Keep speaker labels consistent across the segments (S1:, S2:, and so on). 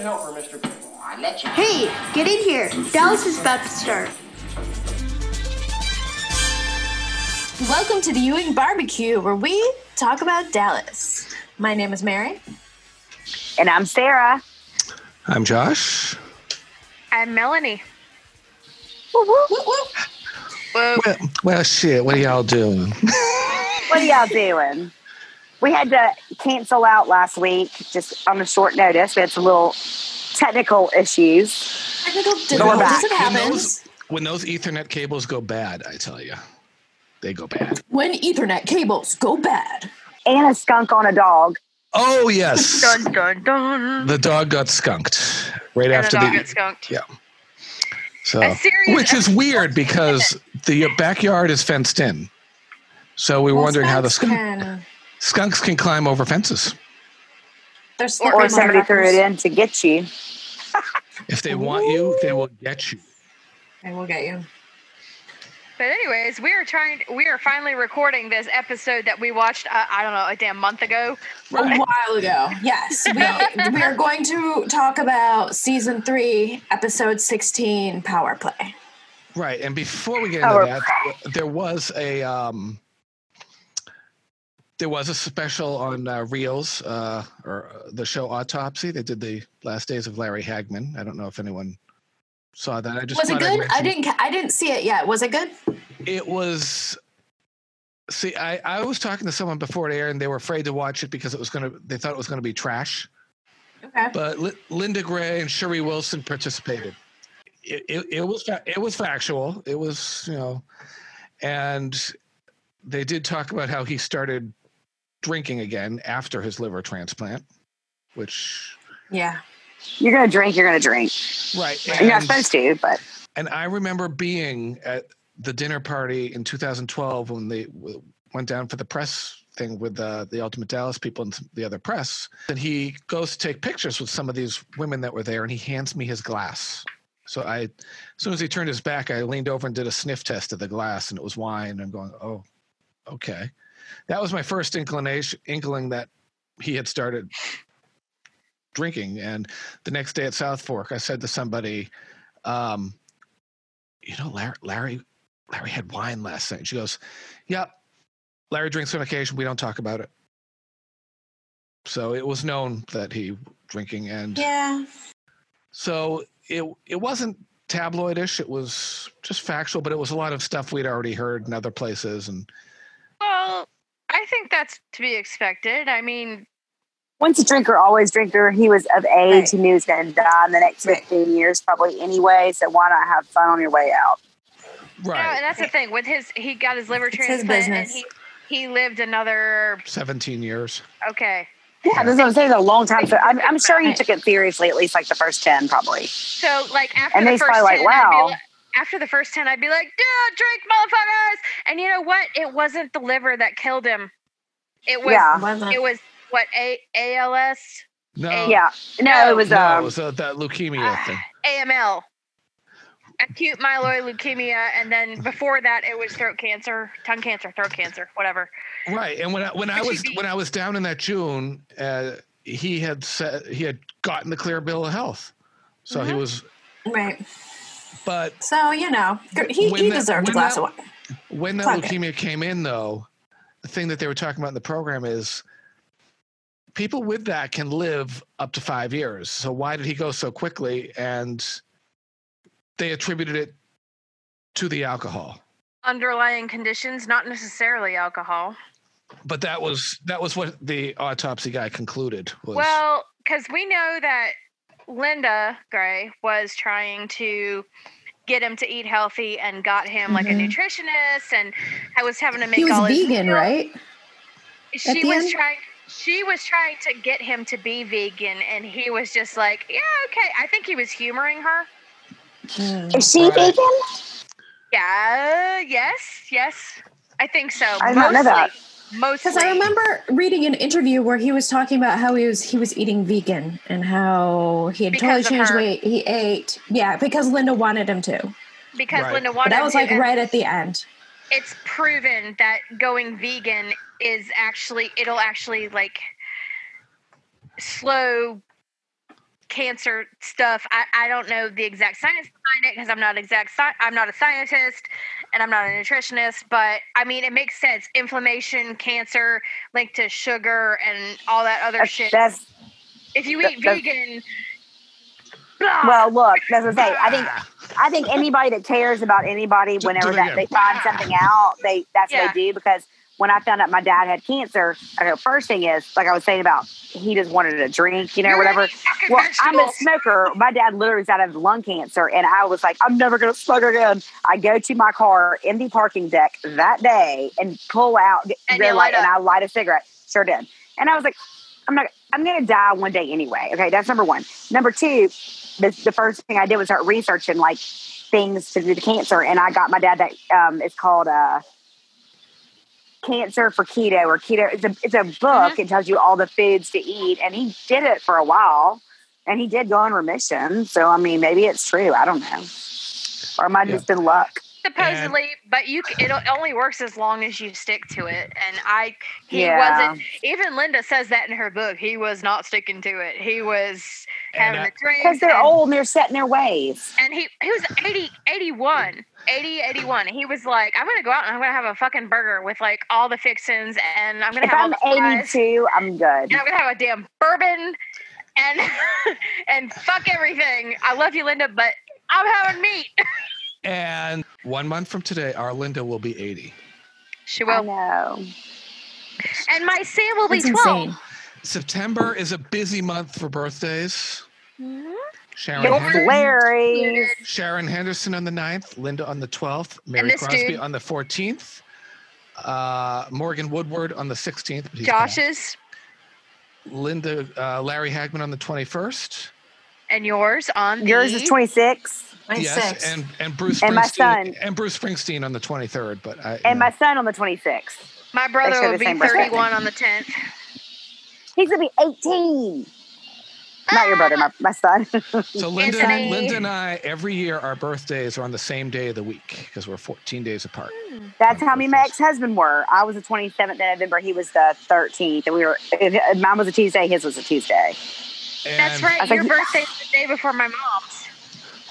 S1: help her, Mr. Pig.
S2: I let you.
S3: Hey, get in here. Dallas is about to start.
S4: Welcome to the Ewing Barbecue, where we talk about Dallas. My name is Mary.
S5: And I'm Sarah.
S6: I'm Josh.
S7: I'm Melanie.
S6: Well, well, shit. What are y'all doing?
S5: What are y'all doing? We had to cancel out last week just on a short notice. We had some little technical issues.
S4: Technical
S5: we're back.
S4: difficulties. It happens.
S6: when those Ethernet cables go bad, I tell you, they go bad.
S4: When Ethernet cables go bad.
S5: And a skunk on a dog.
S6: Oh yes,
S7: Dun dun dun.
S6: the dog got skunked right
S7: And the
S6: after
S7: dog
S6: the
S7: gets skunked.
S6: yeah. So,
S7: A serious-
S6: which is weird because the backyard is fenced in. So we were wondering how the
S4: Skunks
S6: skunk,
S4: can-
S6: skunks can climb over fences
S4: They're
S7: Or
S5: Or
S4: slippery
S5: somebody
S4: motherfuckers.
S5: threw it in to get you.
S6: if they want you. They will get you.
S4: I will get you.
S7: But anyways, we are trying. We are finally recording this episode that we watched. Uh, I don't know, a damn month ago.
S4: A while ago. Yes. We, we are going to talk about season three, episode 16, Power Play.
S6: Right, and before we get into
S5: Our
S6: that, there was a um, there was a special on uh, Reels uh, or uh, the show Autopsy. They did the last days of Larry Hagman. I don't know if anyone saw that. I just
S4: was it
S6: thought I'd
S4: good? I
S6: mention-
S4: didn't. ca- I didn't see it yet. Was it good?
S6: It was. See, I I was talking to someone before it aired, and they were afraid to watch it because it was gonna. They thought it was gonna be trash.
S4: Okay.
S6: But Li- Linda Gray and Sherry Wilson participated. It, it, it was fa- it was factual. It was you know, and they did talk about how he started drinking again after his liver transplant, which
S4: Yeah.
S5: You're going to drink, you're going to drink.
S6: right.
S5: You're not supposed to, but
S6: And I remember being at the dinner party in 2012 when they w- went down for the press thing with uh, the Ultimate Dallas people and some- the other press. And he goes to take pictures with some of these women that were there, and he hands me his glass. So I, as soon as he turned his back, I leaned over and did a sniff test of the glass, and it was wine. I'm going, oh, okay. That was my first inclination, inkling that he had started drinking. And the next day at South Fork, I said to somebody, um, you know, Larry, Larry, Larry had wine last night. She goes, yep, Larry drinks on occasion. We don't talk about it. So it was known that he drinking, and
S4: Yeah.
S6: so it it wasn't tabloidish. It was just factual, but it was a lot of stuff we'd already heard in other places. And
S7: Well, I think that's to be expected. I mean,
S5: once a drinker, always drinker. He was of age.
S4: Right.
S5: He knew he was going to die in the next 15 years, probably anyway. So why not have fun on your way out?
S7: no,
S6: right,
S7: and uh, that's the thing with his. He got his liver
S4: It's his
S7: transplant, and
S4: business.
S7: he he lived another.
S6: seventeen years.
S7: Okay,
S5: Yeah, this is what I'm saying. It's a long time. So I'm, I'm sure he
S4: Right.
S5: took it seriously, at least like the first 10, probably.
S7: so like after
S5: And
S7: the
S5: they
S7: first
S5: probably like,
S7: 10, I'd be
S5: wow.
S7: like- after the first ten, I'd be like, "Dude, drink, motherfuckers!" And you know what? It wasn't the liver that killed him. It was.
S5: Yeah.
S7: It was what a ALS.
S6: No,
S5: Yeah. No, it was,
S6: no, it
S5: um,
S6: was uh, that leukemia
S7: Ah.
S6: thing.
S7: AML, acute myeloid leukemia, and then before that, it was throat cancer, tongue cancer, throat cancer, whatever.
S6: Right, and when I, when I
S7: Would you
S6: was
S7: be-
S6: when I was down in that June, uh, he had said he had gotten the clear bill of health, so
S5: Mm-hmm.
S6: he was.
S4: Right.
S6: But
S4: So you know, gr- he,
S6: When
S4: he
S6: that-
S4: deserved a
S6: when
S4: glass
S6: that-
S4: of wine.
S6: when that
S4: Fuck it.
S6: leukemia came in, though, the thing that they were talking about in the program is people with that can live up to five years. So why did he go so quickly? And they attributed it to the alcohol.
S7: Underlying conditions, not necessarily alcohol.
S6: But that was that was what the autopsy guy concluded was
S7: Well, because we know that Linda Gray was trying to get him to eat healthy and got him like a
S4: Mhm.
S7: nutritionist, and I was having to make
S4: He was
S7: all his
S4: vegan,
S7: meals.
S4: right? At
S7: she
S4: the
S7: was
S4: end?
S7: trying she was trying to get him to be vegan and he was just like yeah okay i think he was humoring her
S4: Mm.
S5: Is she
S6: Right.
S5: vegan?
S7: yeah yes yes i think so
S5: I did not know that.
S7: mostly
S4: Because I remember reading an interview where he was talking about how he was he was eating vegan and how he had
S7: Because of
S4: totally changed
S7: her.
S4: weight. He ate, yeah, because Linda wanted him to.
S7: because
S6: Right.
S7: linda
S4: But
S7: wanted
S4: that was
S7: to,
S4: like
S7: and
S4: right at the end.
S7: it's proven that going vegan is actually it'll actually like slow cancer stuff. I, I don't know the exact science behind it because I'm not exact. Sci- I'm not a scientist, and I'm not a nutritionist. But I mean, it makes sense. Inflammation, cancer, linked to sugar, and all that other
S8: That's,
S7: shit.
S8: that's
S7: if you
S8: that-
S7: eat
S8: that's-
S7: vegan, ah, blah,
S8: well, look. That's what I say. I think I think anybody that cares about anybody,
S6: Do-
S8: whenever
S6: do it
S8: that, they
S6: again.
S8: find something out, they that's
S7: Yeah.
S8: what they do. Because when I found out my dad had cancer, I know first thing is like I was saying about he just wanted a drink, you know,
S7: you're
S8: whatever.
S7: eating fucking
S8: Well, I'm a
S7: vegetables.
S8: smoker. My dad literally died of lung cancer, and I was like, I'm never gonna smoke again. I go to my car in the parking deck that day and pull out the
S7: And you
S8: red light,
S7: light
S8: and
S7: up.
S8: I light a cigarette. Sure did. And I was like, I'm not. I'm gonna die one day anyway. Okay, that's number one. Number two, the, the first thing I did was start researching like things to do with cancer, and I got my dad that um, it's called uh, Cancer for Keto or Keto. It's a it's a book.
S7: Mm-hmm.
S8: It tells you all the foods to eat, and he did it for a while, and he did go in remission. So I mean, maybe it's true. I don't know, or it might have just been luck.
S7: supposedly, but you c- it only works as long as you stick to it. And I, he
S8: Yeah.
S7: wasn't. Even Linda says that in her book. He was not sticking to it. He was
S6: And,
S7: having the
S6: uh,
S8: Because
S7: drinks.
S8: they're
S7: and,
S8: old and they're set in their ways.
S7: and he he was 80 81 80 81 he was like i'm gonna go out and i'm gonna have a fucking burger with like all the fixins and i'm gonna
S8: If
S7: have
S8: I'm
S7: all the fries,
S8: 82, I'm good.
S7: and i'm gonna have a damn bourbon and and fuck everything i love you linda but i'm having meat
S6: And one month from today, our Linda will be 80.
S7: she
S8: I
S7: will
S8: know.
S7: Um, and my sam will be
S4: That's
S7: 12
S4: insane.
S6: September is a busy month for birthdays. Sharon,
S8: Don't
S6: Hen-
S8: Larry.
S6: Sharon Henderson on the 9th, Linda on the 12th, Mary
S7: this
S6: Crosby
S7: dude.
S6: on the 14th, uh, Morgan Woodward on the 16th. but he's back.
S7: josh's
S6: Linda, uh, Larry Hagman on the 21st.
S7: and yours on the
S8: Yours is
S4: 26.
S8: 26,
S6: Yes, and, and Bruce
S8: And my
S6: Springsteen
S8: son.
S6: and Bruce Springsteen on the 23rd. But I,
S8: and my son on the 26th.
S7: my
S8: They
S7: brother
S8: share
S7: will
S8: the
S7: be
S8: same birthday.
S7: 31 on the 10th
S8: He's gonna be 18. Not your brother, my, my son.
S6: so Linda,
S7: Anthony.
S6: Linda and I every year our birthdays are on the same day of the week because we're 14 days apart.
S8: That's how me and my ex husband were. I was the 27th of November. He was the 13th. And we were, and mine was a Tuesday. His was a Tuesday.
S7: that's
S6: And-
S7: right
S8: I
S7: your
S8: think-
S7: birthday's the day before my mom's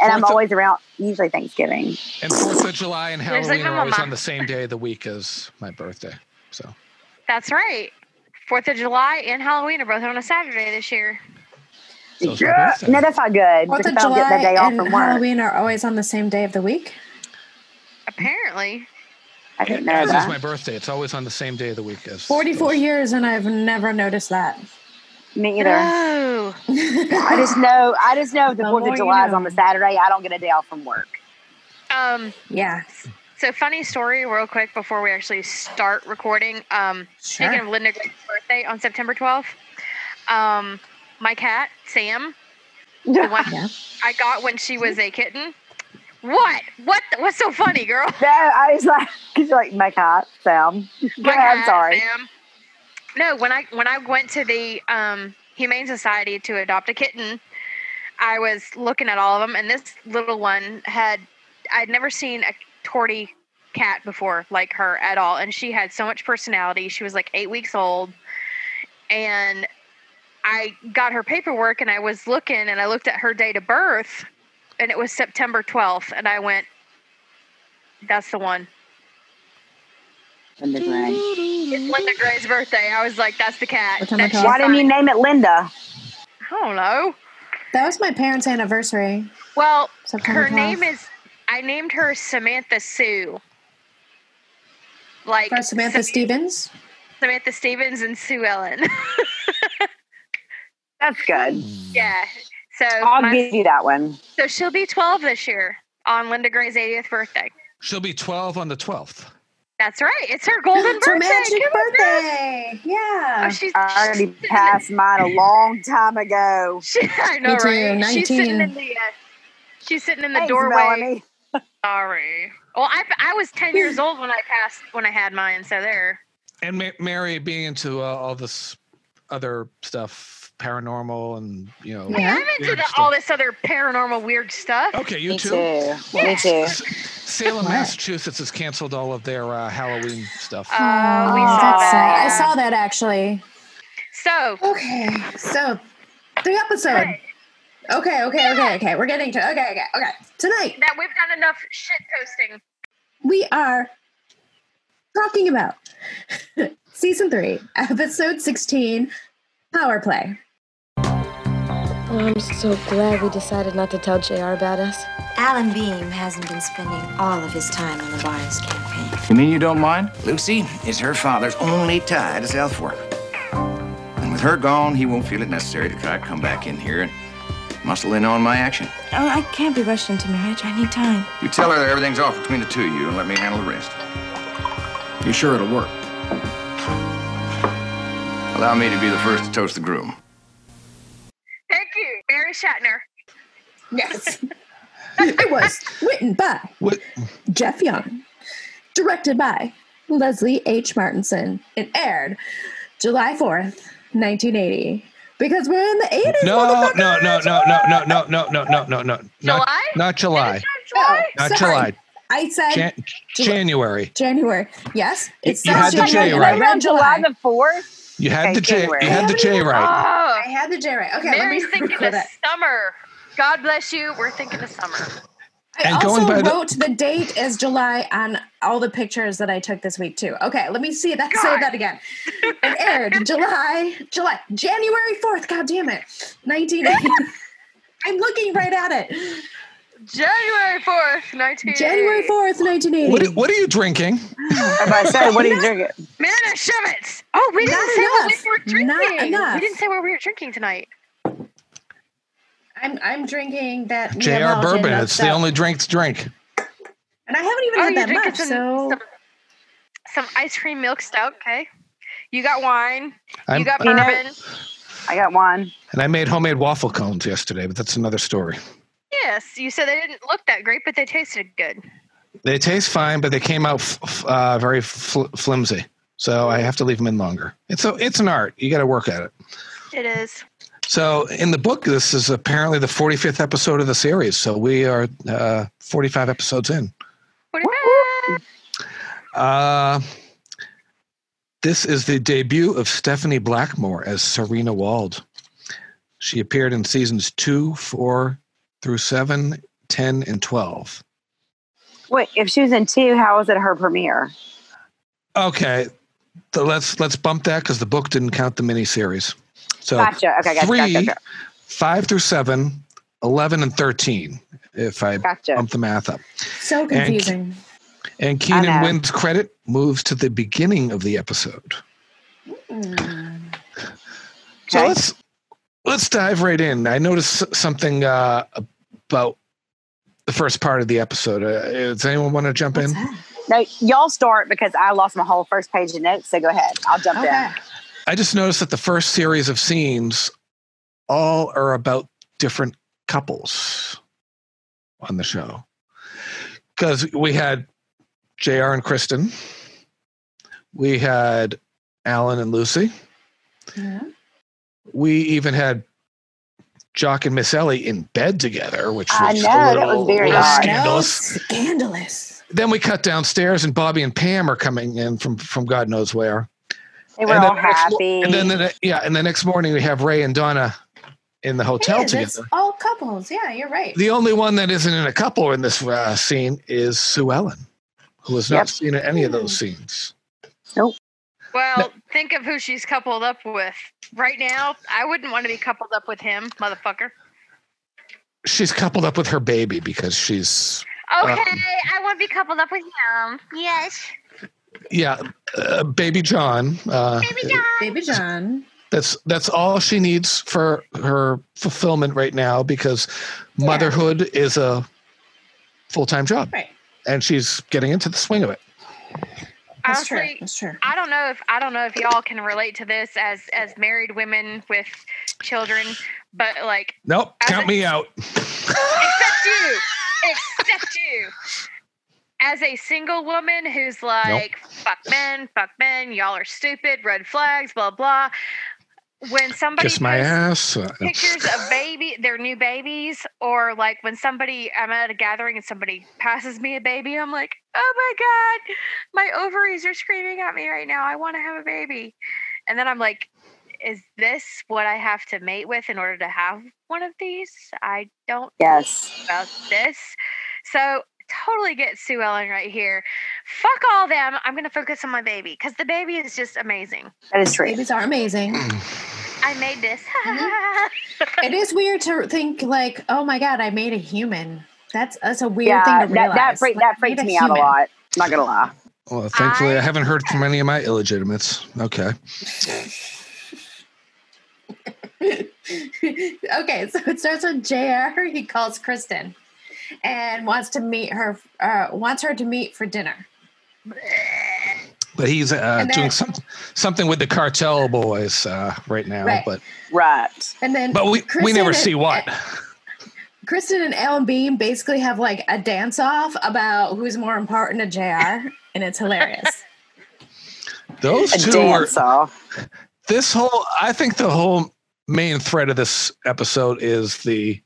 S8: And I'm
S6: Fourth of-
S8: always around, usually Thanksgiving.
S6: And Fourth of July and
S7: There's
S6: Halloween
S7: like my
S6: are always
S7: mama.
S6: on the same day of the week as my birthday. So
S7: That's right. Fourth of July and Halloween are both on a Saturday this year.
S6: So it's my
S8: Yeah.
S6: birthday.
S8: No, that's not good.
S4: Fourth of
S8: because I'll get that
S4: July
S8: day off
S4: and
S8: from work.
S4: Halloween are always on the same day of the week.
S7: Apparently,
S8: I didn't know
S6: as is my
S8: that.
S6: birthday, it's always on the same day of the week as
S4: 44
S6: those.
S4: years, and I've never noticed that.
S8: Me either.
S7: no.
S8: I just know, I just know if the
S4: The
S8: 4th
S4: more
S8: of
S4: you
S8: July is
S4: know.
S8: on the Saturday, I don't get a day off from work.
S7: Um.
S4: Yeah.
S7: So funny story, real quick, before we actually start recording. Um. Speaking
S4: Sure.
S7: of Linda Gray's birthday on September twelfth, um, my cat Sam, the one
S4: Yeah.
S7: I got when she was a kitten. What? What? What's so funny, girl?
S8: No, I was like, he's like, my cat, Sam. Go
S7: My
S8: ahead, I'm
S7: cat,
S8: sorry.
S7: Sam. No, when I when I went to the um, Humane Society to adopt a kitten, I was looking at all of them, and this little one had I'd never seen a torty cat before like her at all, and she had so much personality. She was like eight weeks old, and I got her paperwork, and I was looking, and I looked at her date of birth, and it was September twelfth, and I went, "That's the one."
S8: Linda Gray.
S7: It's Linda Gray's birthday. I was like, that's the cat.
S4: September
S7: That she
S4: 12th.
S8: Why didn't you
S7: signed.
S8: name it Linda?
S7: I don't know.
S4: That was my parents' anniversary.
S7: Well,
S4: September
S7: her
S4: 12th.
S7: name is, I named her Samantha Sue. Like
S4: For Samantha
S7: Sam-
S4: Stevens.
S7: Samantha Stevens and Sue Ellen.
S8: That's good.
S7: yeah. So,
S8: I'll
S7: my-
S8: give you that one.
S7: so she'll be 12 this year on Linda Gray's 80th birthday.
S6: She'll be 12 on the 12th.
S7: That's right. It's her golden
S4: It's her
S7: birthday.
S4: magic
S7: Give her that.
S4: birthday. Yeah.
S7: Oh, she's,
S8: I
S7: she's
S8: already
S7: sitting in-
S8: passed mine a long time ago.
S7: She, I know,
S4: Me too,
S7: right? She's sitting
S4: 19.
S7: in the. Uh, she's sitting in the
S8: Thanks,
S7: doorway.
S8: Melanie.
S7: Sorry. Well, I, I was 10 years old when I passed, when I had mine. So there.
S6: And Ma- Mary being into uh, all this other stuff, paranormal and, you know.
S4: Yeah. Oh.
S7: I'm into
S6: weird
S7: the,
S6: stuff.
S7: all this other paranormal weird stuff.
S6: Okay, you
S8: Me
S6: too.
S8: too. Me too.
S6: S- Salem,
S4: Wow.
S6: Massachusetts has canceled all of their uh, Halloween stuff.
S7: Uh, we
S4: Oh,
S7: saw
S4: that's sad.
S7: that.
S4: I saw that actually.
S7: So,
S4: Okay. So, the episode. Okay, okay, okay, okay. We're getting to okay, okay, okay. Tonight
S7: That we've done enough shit posting.
S4: we are talking about season three, episode sixteen, power play.
S1: Oh, I'm so glad we decided not to tell JR about us.
S2: Alan Beam hasn't been spending all of his time on the Barnes campaign.
S8: You mean you don't mind?
S9: Lucy is her father's only tie to Southport. And with her gone, he won't feel it necessary to try to come back in here and muscle in on my action.
S2: Oh, I can't be rushed into marriage. I need time.
S9: You tell her that everything's off between the two of you and let me handle the rest. You sure it'll work? Allow me to be the first to toast the groom.
S7: Thank you, Barry Shatner.
S4: Yes. it was written by
S6: What?
S4: Jeff Young, directed by Leslie H. Martinson, and aired July 4th, 1980. Because we're in the 80s.
S6: No, no, no, no, no, no, no, no, no, no, no, no. Not,
S7: July?
S6: not July.
S7: Is that July?
S4: Oh,
S6: Not
S4: sorry.
S6: July.
S4: I said
S6: Jan- January.
S4: January. Yes,
S6: You-
S4: it's
S6: you had the J right.
S4: I read July.
S5: the fourth.
S6: You had
S5: Okay,
S6: the J.
S5: January.
S6: You had the J right.
S7: Oh,
S4: I had the J right. Okay,
S7: Mary's
S4: let me
S7: thinking
S4: record
S7: of
S4: that.
S7: summer. God bless you. We're thinking of summer.
S4: I
S6: And
S4: also
S6: going by the-
S4: wrote the, date as July on all the pictures that I took this week too. Okay, let me see that. Say
S7: God.
S4: that again. It aired July, July, January fourth. God damn it, nineteen eighty. I'm looking right at it.
S7: January 4th, 19.
S4: January fourth, nineteen eighty.
S6: What, what are you drinking?
S5: I'm about to say, what are you drinking?
S7: Minute of Shivets. Oh, we didn't
S4: Not
S7: say what
S4: enough.
S7: we were
S4: Not
S7: drinking.
S4: enough.
S7: We didn't say what we were drinking tonight.
S4: I'm I'm drinking that
S6: JR
S4: Neapolitan
S6: bourbon.
S4: Dutch
S6: It's the
S4: Stout.
S6: only drink to drink.
S4: and I haven't even
S7: Oh,
S4: had
S7: you're
S4: that
S7: drinking
S4: much.
S7: some,
S4: So
S7: some some ice cream milk stout. Okay, you got wine.
S6: I'm-
S7: you got
S5: You know-
S7: bourbon.
S5: I got one.
S6: And I made homemade waffle cones yesterday, but that's another story.
S7: Yes, you said they didn't look that great, but they tasted good.
S6: They taste fine, but they came out f- f- uh, very fl- flimsy. So I have to leave them in longer. It's a, it's an art. You got to work at it.
S7: It is.
S6: So in the book, this is apparently the 45th episode of the series. So we are uh, 45 episodes in.
S7: What do you
S6: Uh, this is the debut of Stephanie Blackmore as Serena Wald. She appeared in seasons two, four through seven, 10, and 12.
S5: Wait, if she was in two, how was it her premiere?
S6: Okay, so let's let's bump that because the book didn't count the miniseries. So
S5: Gotcha. Okay, gotcha,
S6: three,
S5: gotcha, gotcha.
S6: five through seven, 11 and 13, if I
S5: Gotcha.
S6: bump the math up.
S4: so confusing.
S6: And
S5: know.
S6: Keenan wins credit, moves to the beginning of the episode. So
S5: Mm. Okay.
S6: let's let's dive right in. I noticed s- something uh, about the first part of the episode. Uh, does anyone want to jump in?
S5: No, y'all start because I lost my whole first page of notes. So go ahead. I'll jump
S4: Okay.
S5: in.
S6: I just noticed that the first series of scenes all are about different couples on the show. Because we had JR and Kristen, we had Alan and Lucy,
S4: Yeah.
S6: we even had Jock and Miss Ellie in bed together, which was
S5: I
S6: a
S5: know, that
S6: little,
S5: was very
S6: little
S5: odd.
S6: scandalous.
S4: Scandalous.
S6: then we cut downstairs and Bobby and Pam are coming in from from God knows where.
S5: They were
S6: and
S5: all
S6: the next mo-
S5: happy.
S6: and then the, ne- yeah, and the next morning we have Ray and Donna in the hotel
S4: It is. It's
S6: together.
S4: all couples. Yeah, you're right.
S6: The only one that isn't in a couple in this uh, scene is Sue Ellen, who was not
S5: Yep.
S6: seen in any of
S7: Mm.
S6: those scenes.
S7: got? Well, think of who she's coupled up with right now. I wouldn't want to be coupled up with him, motherfucker.
S6: She's coupled up with her baby because she's
S7: Okay,
S6: Um,
S7: I want to be coupled up with him. Yes,
S6: yeah, uh, baby John. Uh,
S7: baby John.
S4: Baby John.
S6: That's that's all she needs for her fulfillment right now because motherhood is a full time job.
S4: Right.
S6: And she's getting into the swing of it.
S4: That's true.
S7: Honestly,
S4: That's true.
S7: I don't know if I don't know if y'all can relate to this as as married women with children, but like
S6: Nope,
S7: As
S6: count
S7: a-
S6: me out.
S7: except you, except you, as a single woman who's like fuck men, fuck men, y'all are stupid, red flags, blah blah. When somebody
S6: Kiss my ass.
S7: posts
S6: uh,
S7: pictures of baby their new babies or like when somebody i'm at a gathering and somebody passes me a baby i'm like oh my god my ovaries are screaming at me right now i want to have a baby and then i'm like is this what I have to mate with in order to have one of these? I don't
S5: Yes.
S7: about this. So totally get Sue Ellen right here. Fuck all them. I'm gonna focus on my baby because the baby is just amazing.
S5: That is true.
S4: Babies are amazing.
S5: Mm.
S7: I made this.
S4: Mm-hmm. it is weird to think like, oh my god, I made a human. That's that's a weird
S5: yeah,
S4: thing to
S5: that,
S4: realize.
S5: that, freak,
S4: Like,
S5: that
S4: I made
S5: freaks
S4: a
S5: me out a
S4: human.
S5: lot. Not gonna lie.
S6: Well, thankfully, I,
S7: I-
S6: haven't heard from any of my illegitimates. Okay.
S4: okay, so it starts with Jr. He calls Kristen and wants to meet her. Uh, wants her to meet for dinner.
S6: But he's uh,
S4: And then-
S6: doing some, something with the cartel boys uh, right now.
S4: Right.
S6: But
S5: Right.
S4: And then,
S6: but we, we
S4: Kristen
S6: never
S4: and-
S6: see what.
S4: Kristen and Alan Beam basically have like a dance off about who's more important to Jr. and it's hilarious.
S6: Those
S5: A
S6: two are
S5: dance off.
S6: this whole I think the whole main thread of this episode is the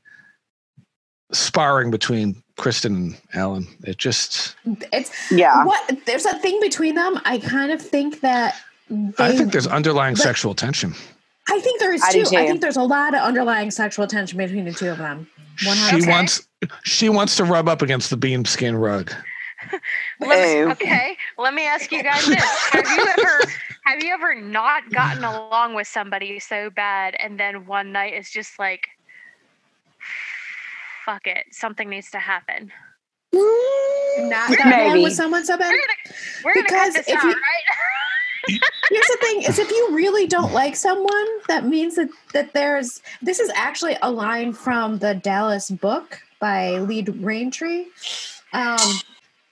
S6: sparring between Kristen and Alan. It just
S4: It's
S5: Yeah.
S4: what there's a thing between them. I kind of think that they
S6: I think there's underlying
S4: but-
S6: sexual tension.
S4: I think there is
S5: I
S4: too.
S5: do
S4: I
S5: too.
S4: think there's a lot of underlying sexual tension between the two of them. One
S6: She
S4: hundred.
S7: Okay.
S6: wants she wants to rub up against the beam skin rug.
S7: Let
S5: Ew.
S7: me, okay, let me ask you guys this: Have you ever, have you ever not gotten along with somebody so bad, and then one night it's just like, fuck it, something needs to happen.
S4: Not got along
S5: Mm, Maybe.
S4: with someone so bad.
S7: We're gonna, we're gonna cut
S4: Because
S7: this
S4: if
S7: out,
S4: you-
S7: right?
S4: Here's the thing: is if you really don't like someone, that means that that there's. This is actually a line from the Dallas book by Lee Raintree. Um,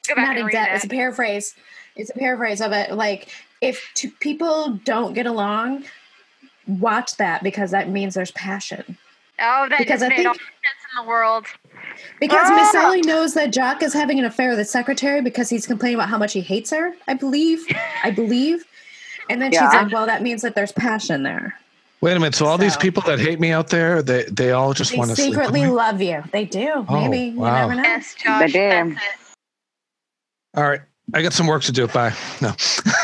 S7: Go back
S4: not
S7: and read
S4: exact. It's a
S7: that.
S4: paraphrase. It's a paraphrase of it. Like if two people don't get along, watch that because that means there's passion.
S7: Oh, that
S4: because
S7: just
S4: I
S7: made
S4: think-
S7: all the sense in the world.
S4: Because
S5: Ah!
S4: Miss Sally knows that Jock is having an affair with the secretary because he's complaining about how much he hates her. I believe. I believe. And then she's
S5: Yeah.
S4: like, "Well, that means that there's passion there.
S6: Wait a minute. So all these
S4: So-
S6: people that hate me out there, they they all just
S4: They
S6: want to sleep with
S4: secretly
S6: me.
S4: love you. They do.
S6: Oh,
S4: Maybe
S6: wow.
S4: you never know.
S7: Yes, Josh.
S5: damn.
S7: That's it.
S6: All right. I got some work to do. Bye. No.
S5: I've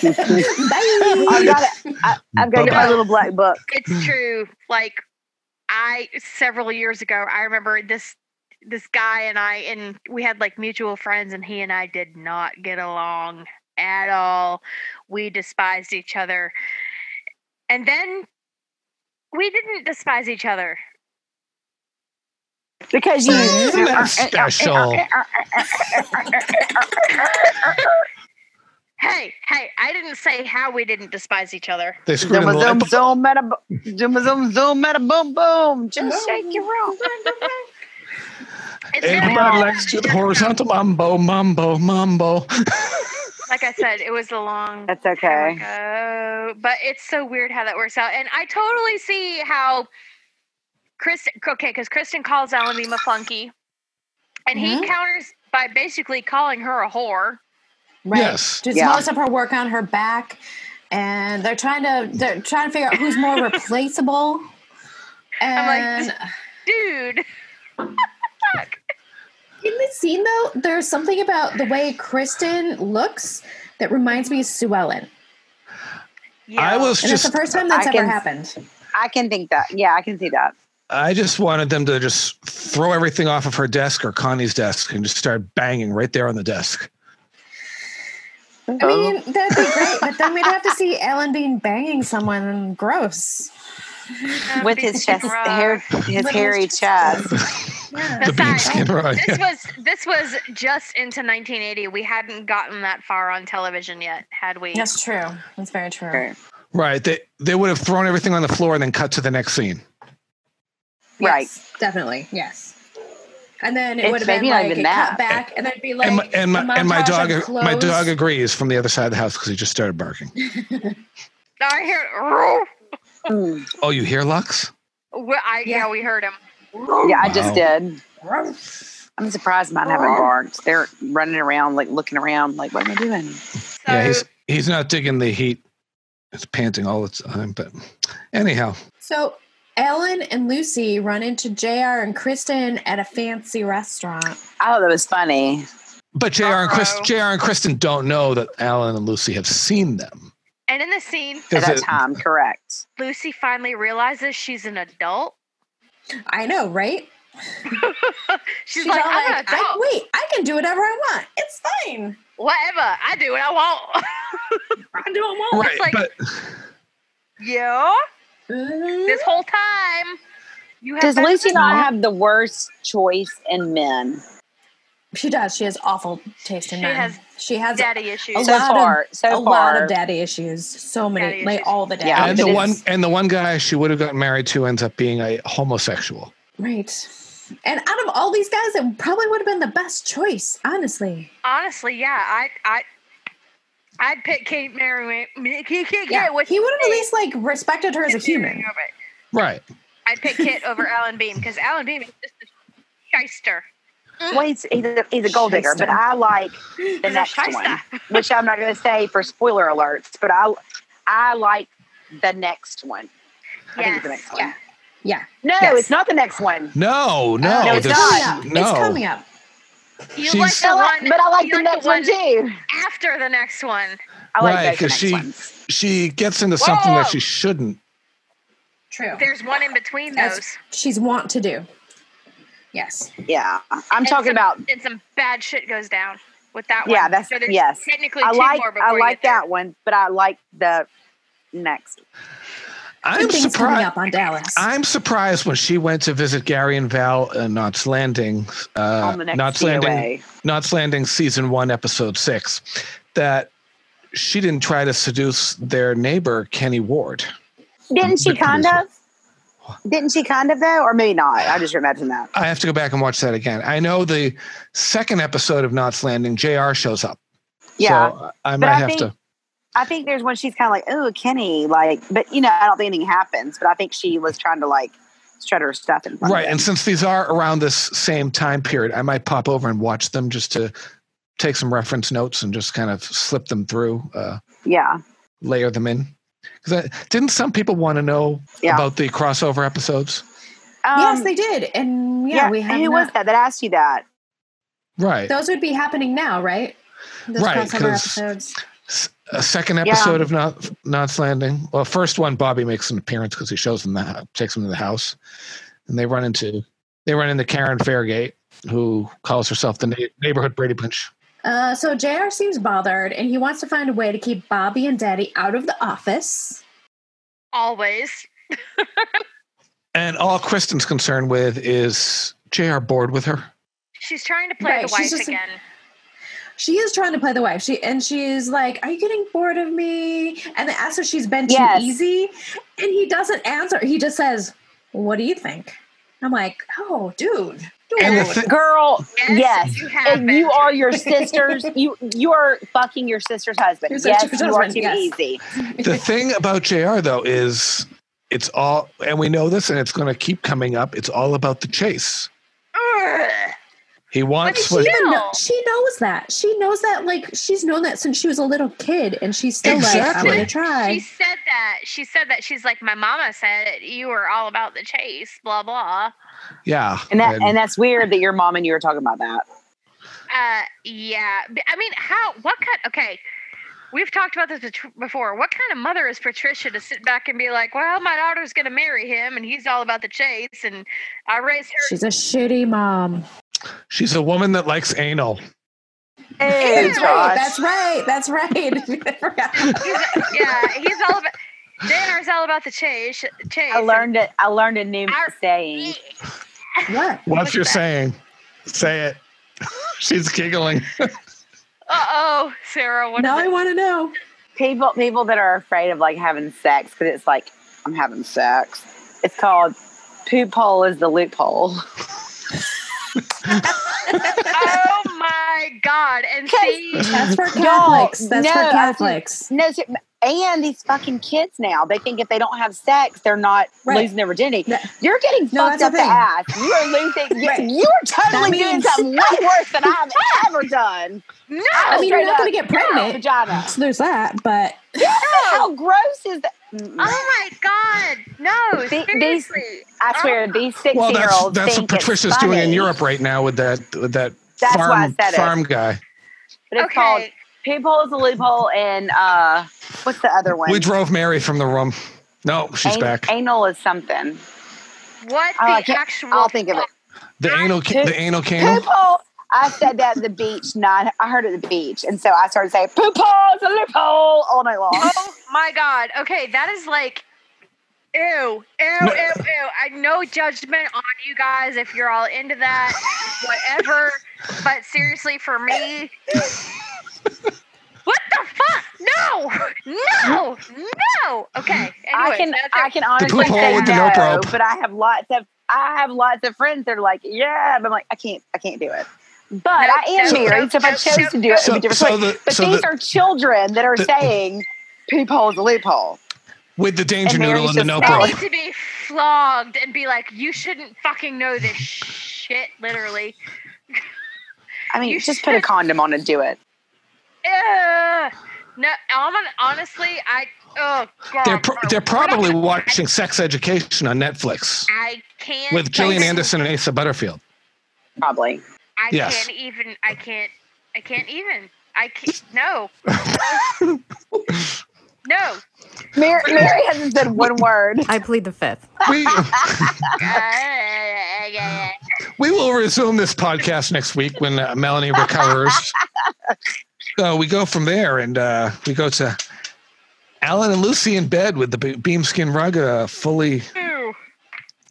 S4: Bye.
S5: got it. I, I've got to get my
S6: Bye-bye.
S5: little black book.
S6: Mm.
S7: it's true like i several years ago i remember this this guy and i and we had like mutual friends and he and i did not get along at all we despised each other and then we didn't despise each other
S5: Because you eh,
S6: Isn't that special?
S7: hey hey i didn't say how we didn't despise each other
S6: They screwed in
S5: Zoom,
S6: the
S5: zoom,
S6: lip.
S5: zoom, meta, zoom, zoom, zoom, meta, boom, boom. Just shake your room.
S7: it's not
S6: Everybody likes to the horizontal mambo, mambo, mambo.
S7: like I said, it was a long
S5: That's
S7: time
S5: okay.
S7: ago, but it's so weird how that works out. And I totally see how Chris, okay, because Kristen calls Alan Beam a flunky, and
S5: Mm-hmm.
S7: he counters by basically calling her a whore.
S4: Right.
S6: Yes.
S4: Just
S5: Yeah.
S4: most of her work on her back, and they're trying to they're trying to figure out who's more replaceable.
S7: I'm
S4: And
S7: like, Dude,
S4: in this scene, though, there's something about the way Kristen looks that reminds me of Sue Ellen,
S6: I
S7: yeah.
S6: was
S4: and it's
S6: just
S4: the first time that's
S5: I
S4: ever
S5: can-
S4: happened.
S5: I can think that. Yeah, I can see that.
S6: I just wanted them to just throw everything off of her desk or Connie's desk and just start banging right there on the desk.
S4: I mean, that'd be great, but then we'd have to see Alan Bean banging someone gross.
S7: That'd
S5: With
S7: be
S5: his chest,
S7: rough.
S5: hair, his hairy chest.
S4: Yeah.
S6: The beam
S7: Besides-
S6: skin rug.
S7: This was this was just into 1980. We hadn't gotten that far on television yet, had we?
S4: That's true. That's very true.
S5: Right.
S6: Right. They they would have thrown everything on the floor and then cut to the next scene.
S5: Right.
S4: Yes, definitely. Yes. And then it
S5: It's
S4: would have been
S5: maybe not
S4: like
S5: even
S4: a
S5: that.
S4: cut back, and I'd be like,
S6: And my, and my,
S4: a
S6: and my
S4: montage
S6: dog
S4: of
S6: my dog
S4: clothes.
S6: agrees from the other side of the house because he just started barking.
S7: Now I hear.
S5: Mm.
S6: Oh, you hear Lux?
S7: Well, I, yeah, we heard him.
S5: Yeah, I just
S6: Wow.
S5: did. I'm surprised mine haven't barked. They're running around, like looking around, like, what am I doing?
S7: So
S6: yeah, he's he's not digging the heat. It's panting all the time. But anyhow,
S4: So Ellen and Lucy run into JR and Kristen at a fancy restaurant.
S5: I thought that was funny.
S6: but Jr. and Chris
S7: Uh-oh.
S6: Jr. and Kristen don't know that Alan and Lucy have seen them.
S7: And in the scene,
S5: at
S6: Does
S5: that
S6: it-
S5: time. Correct.
S7: Lucy finally realizes she's an adult.
S4: I know, right?
S7: She's, like, I'm an
S4: I-
S7: adult.
S4: wait, I can do whatever I want. It's fine.
S7: Whatever. I do what I want.
S4: I do what I want.
S6: right,
S7: It's like-
S6: but
S7: yeah.
S4: Mhm.
S7: This whole time, you have
S8: Does
S7: been-
S8: Lucy not have the worst choice in men
S4: She does. She has awful taste in
S7: She
S4: men.
S7: has
S4: she has
S7: daddy issues.
S4: A
S8: so
S4: lot of-
S8: far?
S4: a
S8: so
S4: lot
S8: far,
S4: of daddy issues. So many,
S7: Daddy
S4: like
S7: issues.
S4: all the daddy.
S8: Yeah,
S6: and the
S8: but
S6: one
S8: it's-
S6: and the one guy she would have gotten married to ends up being a homosexual.
S4: Right. And out of all these guys, it probably would have been the best choice, honestly.
S7: Honestly, yeah, I, I, I'd pick Kate Mary. Kate, Kate, Kate,
S4: Yeah,
S7: with
S4: he would have at least like respected her as a
S7: Kit Harington
S4: human.
S7: over it.
S6: Right.
S7: I'd pick Kit over Alan Beam because Alan Beam is just a shyster.
S5: Well, he's he's a, he's a gold digger, but I like the
S7: a
S5: next
S7: shyster.
S5: one, which I'm not going to say for spoiler alerts. But I I like the next one. I think it's the
S7: Yes,
S5: next one.
S7: yeah.
S4: Yeah.
S5: No,
S4: Yes.
S5: it's not the next one.
S6: No, no,
S5: no, it's
S6: this-
S5: not.
S6: no.
S4: It's coming up.
S7: You
S6: She's-
S7: like the
S5: I like-
S7: one,
S5: but I like
S7: you
S5: the next one, too.
S7: after the next one.
S5: I like
S6: Right,
S5: both the
S6: 'cause
S5: next
S6: she-
S5: ones.
S6: She gets into something that
S7: Whoa.
S6: she shouldn't.
S4: True.
S7: There's one in between
S4: As
S7: those.
S4: she's want to do. Yes.
S5: Yeah, I'm
S7: And
S5: talking
S7: some-
S5: about.
S7: and some bad shit goes down with that one.
S5: Yeah, that's-
S7: so there's
S5: yes.
S7: Technically,
S5: I
S7: two
S5: like
S7: more before
S5: I
S7: you
S5: like
S7: get there.
S5: that one, but I like the next.
S6: I'm
S4: Good things coming
S6: surprised.
S4: up on Dallas.
S6: I'm surprised when she went to visit Gary and Val in Knots Landing. Uh,
S5: on the next
S6: Knots
S5: COA.
S6: Landing, Knots Landing, season one, episode six. That she didn't try to seduce their neighbor Kenny Ward.
S5: Didn't she
S6: The
S5: kind
S6: producer.
S5: of? Didn't she kind of though, or maybe not? I just imagine that.
S6: I have to go back and watch that again. I know the second episode of Knots Landing, Jr. shows up.
S5: Yeah,
S6: so I
S5: But
S6: might
S5: I
S6: have
S5: think-
S6: to.
S5: I think there's one she's kind of like, oh, Kenny, like, but you know, I don't think anything happens. But I think she was trying to like strut her stuff and
S6: Right, and since these are around this same time period, I might pop over and watch them just to take some reference notes and just kind of slip them through. Uh,
S5: yeah,
S6: layer them in? Because didn't some people want to know
S5: Yeah.
S6: about the crossover episodes?
S5: um,
S4: yes, they did. And yeah, we have
S5: who was
S4: not-
S5: that that asked you that?
S6: Right.
S4: those would be happening now, right? Those
S6: Right,
S4: crossover
S6: 'cause-
S4: episodes.
S6: S- A second episode of Not Knots Landing. Well, first one, Bobby makes an appearance because he shows them that takes them to the house, and they run into they run into Karen Fairgate, who calls herself the na- neighborhood Brady Bunch.
S4: Uh, so JR seems bothered and he wants to find a way to keep Bobby and Daddy out of the office.
S7: Always.
S6: And all Kristen's concerned with is Jr. bored with her.
S7: She's trying to play
S4: Right,
S7: the
S4: she's
S7: wife
S4: just a-
S7: again.
S4: She is trying to play the wife. She and she's like, "Are you getting bored of me?" And then asks if she's been too
S5: Yes.
S4: easy, and he doesn't answer. He just says, "What do you think?" I'm like, "Oh, dude,
S6: And the
S4: dude."
S6: thi-
S8: girl. Yes,
S7: you
S8: And
S7: have.
S8: you
S7: it.
S8: are your sister's. You you are fucking your sister's husband.
S4: Your
S8: yes,
S4: sister's
S8: you
S4: husband,
S8: are too
S4: yes.
S8: easy.
S6: the thing about JR though is it's all and we know this and it's going to keep coming up. It's all about the chase.
S7: Ugh.
S6: He wants
S7: What
S6: what,
S7: did
S4: Even
S7: No.
S4: kno- she knows that. She knows that. Like she's known that since she was a little kid, and she's still like, "I'm
S6: Exactly.
S4: gonna try."
S7: She said that. She said that. She's like, my mama said you were all about the chase. Blah blah.
S6: yeah.
S5: And that and, that's weird that your mom and you were talking about that.
S7: Uh, yeah. B- I mean, how? What kind? Okay, we've talked about this bet- before. What kind of mother is Patricia to sit back and be like, well, my daughter's gonna marry him, and he's all about the chase, and I raised her.
S4: she's a shitty mom.
S6: she's a woman that likes anal.
S5: Hey,
S7: Ew,
S5: Josh.
S4: That's right. That's right. I forgot.
S7: He's, yeah, he's all about. JR's all about the chase. Chase.
S8: I learned it. I learned a new
S7: Our-
S8: saying.
S4: what?
S6: What's your
S7: that?
S6: saying? Say it. she's giggling.
S7: Uh oh, Sarah. What
S4: now
S7: is
S4: I
S7: it?
S4: want to know.
S8: People
S5: People that are afraid of like having sex because it's like I'm having sex. It's called poop hole is the loophole.
S7: Oh my God! And see,
S4: That's for
S8: Y'all,
S4: Catholics. That's
S8: no,
S4: for
S8: I think-
S4: Catholics.
S5: No, ser- and these fucking kids now, they think if they don't have sex, they're not
S4: Right.
S5: losing their virginity.
S4: No.
S5: You're getting
S4: No,
S5: fucked
S4: that's the
S5: up the
S4: thing.
S5: ass. You are losing. you-
S4: Right.
S5: You are totally
S4: That
S5: doing
S4: means-
S5: something way worse than I've ever done.
S7: no,
S4: I mean, you're
S5: straight
S4: not going to get pregnant.
S5: Vagina.
S4: So there's that. But
S5: How gross is that? Mm-mm.
S7: Oh my God! No,
S8: Th- these-
S7: seriously.
S8: I swear these six
S6: Well,
S8: year
S6: that's
S8: olds
S6: that's what
S8: think it's
S6: Patricia's doing in
S8: funny,
S6: Europe right now with that with that
S5: That's why I
S6: farm
S5: said it.
S6: farm guy.
S8: But it's called Pig pole is a loophole, and uh, what's the other one?
S6: We drove Mary from the room. No, she's
S8: An-
S6: back.
S8: Anal is something.
S7: What
S8: Oh, I
S7: the
S8: can't-
S7: actual?
S8: I'll think of it.
S6: the anal, ca- the anal
S8: Poo
S6: candle.
S8: pole. I said that at the beach. Not I heard it at the beach, and so I started saying poo pole is a loophole all night long.
S7: Oh my god. Okay, that is like ew, ew, ew,
S6: No.
S7: ew. I no judgment on you guys if you're all into that, whatever. But seriously, for me. What the fuck? No! No! No! Okay.
S8: I
S7: anyways,
S8: can
S7: that's
S8: I
S7: it.
S8: can honestly
S6: poo pole
S8: say
S6: with the
S8: no,
S6: rope rope.
S8: but I have lots of I have lots of friends that are like, yeah, but I'm like, I can't I can't do it. But I am
S7: nope,
S8: married, so if I
S7: nope,
S8: chose
S7: nope,
S8: to do it,
S6: So-
S8: it would be different.
S6: so
S8: choice.
S6: the-
S8: but
S6: so
S8: these
S6: the-
S8: are children that are
S6: the-
S8: saying peephole is a loophole.
S6: With the danger
S8: And
S6: noodle
S8: Mary's
S6: and the
S8: just
S6: no
S7: They
S8: Bro.
S7: need to be flogged and be like, you shouldn't fucking know this shit, literally.
S8: I mean,
S7: You
S8: just put a
S7: should-
S8: condom on and do it.
S7: Ugh. No, I'm on, honestly, I. Oh, God.
S6: They're, pro-
S7: no.
S6: they're
S7: We're not
S6: probably
S7: gonna-
S6: watching Sex Education on Netflix
S7: I can't.
S6: with Gillian
S7: even-
S6: Anderson and Asa Butterfield.
S8: Probably.
S7: I
S6: Yes.
S7: can't even. I can't. I can't even. I can't. No. no.
S8: Mary, Mary hasn't said one word.
S10: I plead the fifth.
S6: We,
S7: Uh,
S6: we will resume this podcast next week when uh, Melanie recovers. so we go from there and uh, we go to Alan and Lucy in bed with the be- beamskin rug uh, fully
S7: ew.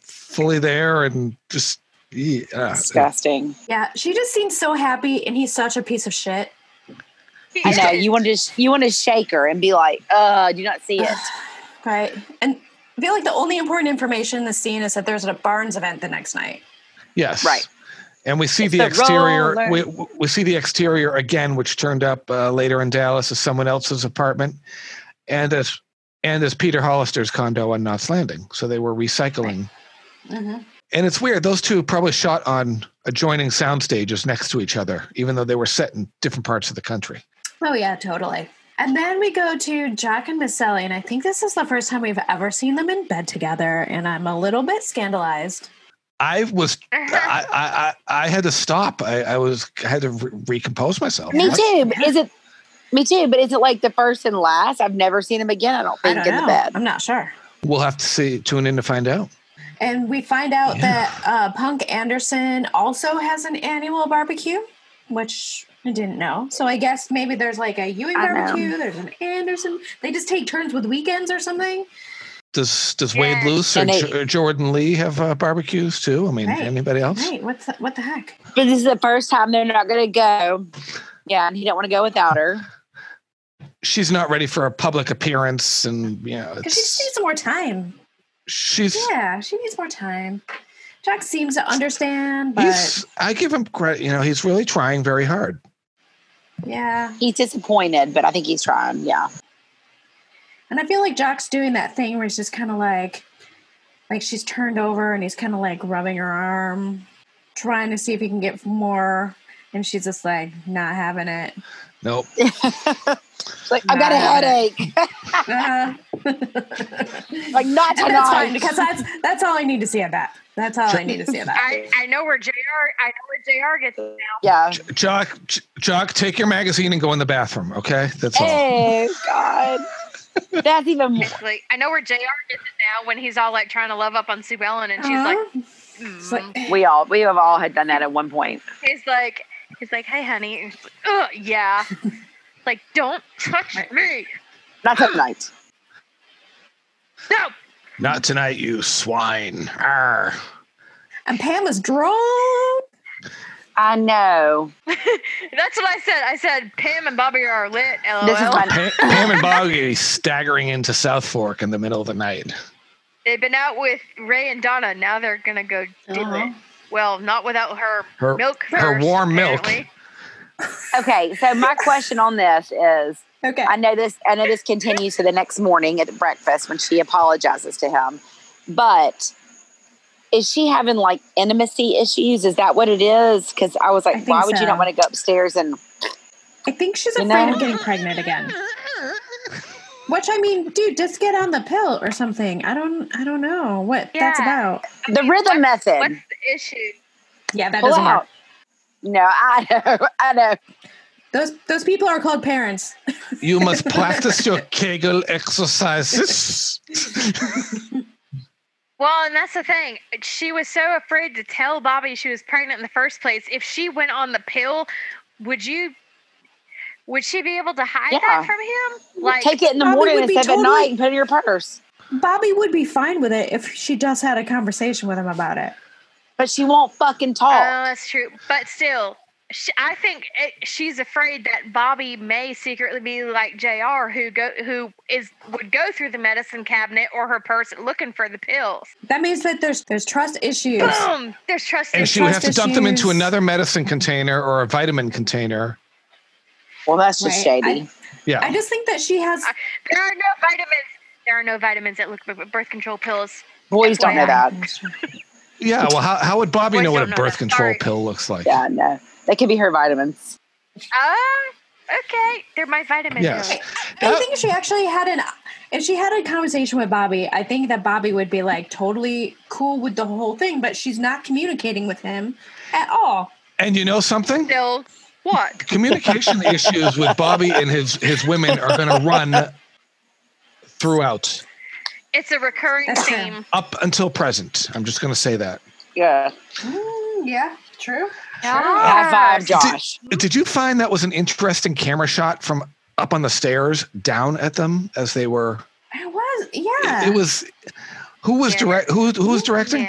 S6: fully there and just yeah, uh,
S8: Disgusting.
S4: Yeah, she just seems so happy, and he's such a piece of shit.
S8: I know. You want to you want to shake her and be like, uh, do not see it.
S4: Right. And I feel like the only important information in the scene is that there's a Barnes event the next night.
S6: yes
S8: Right.
S6: and we see
S8: It's
S6: the,
S8: the
S6: exterior
S8: roller.
S6: we, we see the exterior again which turned up uh, later in dallas as someone else's apartment and as and as peter hollister's condo on knott's landing so they were recycling
S8: Mm-hmm.
S6: and it's weird those two probably shot on adjoining sound stages next to each other even though they were set in different parts of the country
S4: Oh, yeah, totally. And then we go to Jack and Miss Sally, and I think this is the first time we've ever seen them in bed together, and I'm a little bit scandalized.
S6: i was I, I i i had to stop i, I was I had to re- recompose myself
S8: Me
S6: What?
S8: too. but Is it? Me too. But is it like the first and last? I've never seen him again. I don't
S4: I
S8: think
S4: don't
S8: in
S4: know.
S8: the bed.
S4: I'm not sure.
S6: we'll have to see tune in to find out
S4: And we find out
S6: Yeah.
S4: that uh, Punk Anderson also has an annual barbecue, which I didn't know. So I guess maybe there's like a Ewing
S8: I know.
S4: barbecue, there's an Anderson. They just take turns with weekends or something.
S6: Does Does Wade
S7: Yes.
S6: Luce or
S8: And they-
S6: J- Jordan Lee have uh, barbecues too? I mean,
S4: Right.
S6: anybody else?
S4: Right. What's the, what the heck?
S8: But this is the first time they're not going to go. Yeah, and he don't want to go without her.
S6: She's not ready for a public appearance, and you know,
S4: Because she just
S6: it's,
S4: needs more time.
S6: she's.
S4: Yeah, she needs more time. Jack seems to understand, but
S6: He's, I give him credit. You know, he's really trying very hard.
S4: yeah.
S8: He's disappointed, but I think he's trying. Yeah,
S4: And I feel like Jack's doing that thing where he's just kind of like, like she's turned over and he's kind of like rubbing her arm, trying to see if he can get more. And she's just like not having it.
S6: Nope.
S8: It's like I've got a
S4: Not having
S8: headache.
S4: Uh,
S8: like not
S4: and that's fine
S8: tonight.
S4: because that's that's all I need to see about. That's all I need to see about.
S7: I, I know where JR I know where JR gets it now.
S8: yeah.
S6: Jock, J- Jock, take your magazine and go in the bathroom. Okay, that's all.
S8: Oh God, that's even more.
S7: It's Like, I know where JR gets it now when he's all like trying to love up on Sue Ellen and she's like,
S4: Uh-huh. It's
S7: mm.
S4: like,
S8: We all we have all had done that at one point.
S7: he's like he's like, Hey honey and she's like, Ugh, yeah. like, don't touch me.
S8: Not tonight.
S7: No,
S6: Not tonight, you swine. Arr.
S4: and Pam was drunk.
S8: I know.
S7: That's what I said. I said Pam and Bobby are lit. LOL.
S8: This is my
S6: Pa- Pam and Boggy staggering into South Fork in the middle of the night.
S7: They've been out with Ray and Donna. Now they're gonna go do
S8: Uh-huh.
S7: it. Well, not without her,
S6: Her-
S7: milk.
S6: her
S7: first,
S6: warm milk.
S7: apparently.
S8: okay. So my question on this is.
S4: Okay.
S8: I know this. I know this continues to the next morning at breakfast when she apologizes to him. But is she having like intimacy issues? Is that what it is? Because I was like,
S4: I think
S8: why would
S4: so.
S8: you not want to go upstairs and
S4: I think she's
S8: You
S4: afraid
S8: know?
S4: of getting pregnant again. Which I mean, dude, just get on the pill or something. I don't I don't know what that's
S7: Yeah.
S4: about.
S8: the rhythm
S7: What's
S8: method?
S7: the issue?
S4: Yeah, that
S8: Pull
S4: doesn't
S8: out.
S4: work.
S8: No, I know. I know.
S4: Those those people are called parents.
S6: You must practice your Kegel exercises.
S7: Well, and that's the thing. She was so afraid to tell Bobby she was pregnant in the first place. If she went on the pill, would you? Would she be able to hide
S8: Yeah.
S7: that from him? Like,
S8: Take it in the
S4: Bobby
S8: morning
S4: would be
S8: instead of at
S4: totally-
S8: night and put it in your purse.
S4: Bobby would be fine with it if she just had a conversation with him about it.
S8: But she won't fucking
S7: oh,
S4: Uh,
S8: talk.
S7: that's true. But still, sh I think it, she's afraid that Bobby may secretly be like Jr., who go who is would go through the medicine cabinet or her purse looking for the pills.
S4: That means that there's there's trust issues.
S7: Boom! There's trust.
S6: and
S7: issues.
S6: she would have to
S4: Trust
S6: dump them into
S4: issues.
S6: another medicine container or a vitamin container.
S8: well, that's just
S4: Right.
S8: shady.
S6: Yeah.
S4: I just think that she has
S7: there are no vitamins. There are no vitamins that look at birth control pills.
S8: Boys don't know that.
S6: yeah. Well, how, how would Bobby
S7: Boys
S6: know what a
S7: don't know
S6: birth
S7: that.
S6: control
S7: Sorry.
S6: pill looks like?
S8: Yeah, no. They could be her vitamins.
S7: Oh, okay. They're my vitamin
S6: Yes.
S7: pills.
S4: I think if she actually had an if she had a conversation with Bobby, I think that Bobby would be like totally cool with the whole thing, but she's not communicating with him at all.
S6: And you know something?
S7: Still, what?
S6: Communication issues with Bobby and his, his women are going to run throughout
S7: It's a recurring
S4: That's true.
S7: theme.
S6: up until present. I'm just going to say that.
S8: Yeah.
S4: yeah, true.
S8: High five,
S7: Yes.
S8: Josh.
S6: Did you find that was an interesting camera shot from up on the stairs down at them as they were?
S4: I was
S6: It,
S4: yeah.
S6: it was who was
S7: Yeah.
S6: direct who who was directing?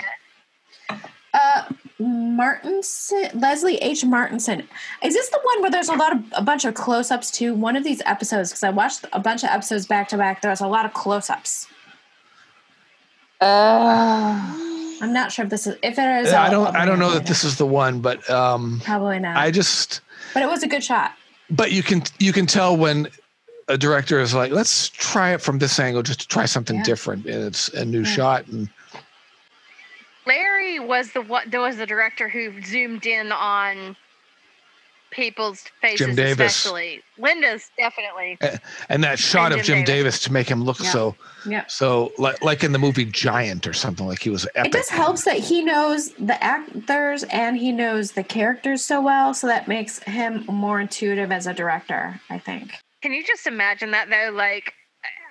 S7: Yeah.
S4: uh Martinson Leslie H. Martinson. Is this the one where there's a lot of a bunch of close ups to one of these episodes? Because I watched a bunch of episodes back to back. There's a lot of close ups.
S8: Uh,
S4: I'm not sure if this is if it is. I'll-
S6: Yeah, Uh, I don't
S4: I'll
S6: I don't know that
S4: later.
S6: this is the one, but um
S4: probably not.
S6: I just
S4: but it was a good shot.
S6: but you can you can tell when a director is like, let's try it from this angle just to try something
S4: Yeah.
S6: different and it's a new shot and
S7: Larry was the what? There was the director who zoomed in on people's faces,
S6: Jim Davis.
S7: especially Linda's, definitely.
S6: and that shot
S7: And
S6: of
S7: Jim
S6: Jim Davis. to make him look
S4: Yeah.
S6: so
S4: Yeah.
S6: so like like in the movie Giant or something like he was
S4: It
S6: epic.
S4: just helps that he knows the actors and he knows the characters so well, so that makes him more intuitive as a director. I think.
S7: Can you just imagine that though? Like,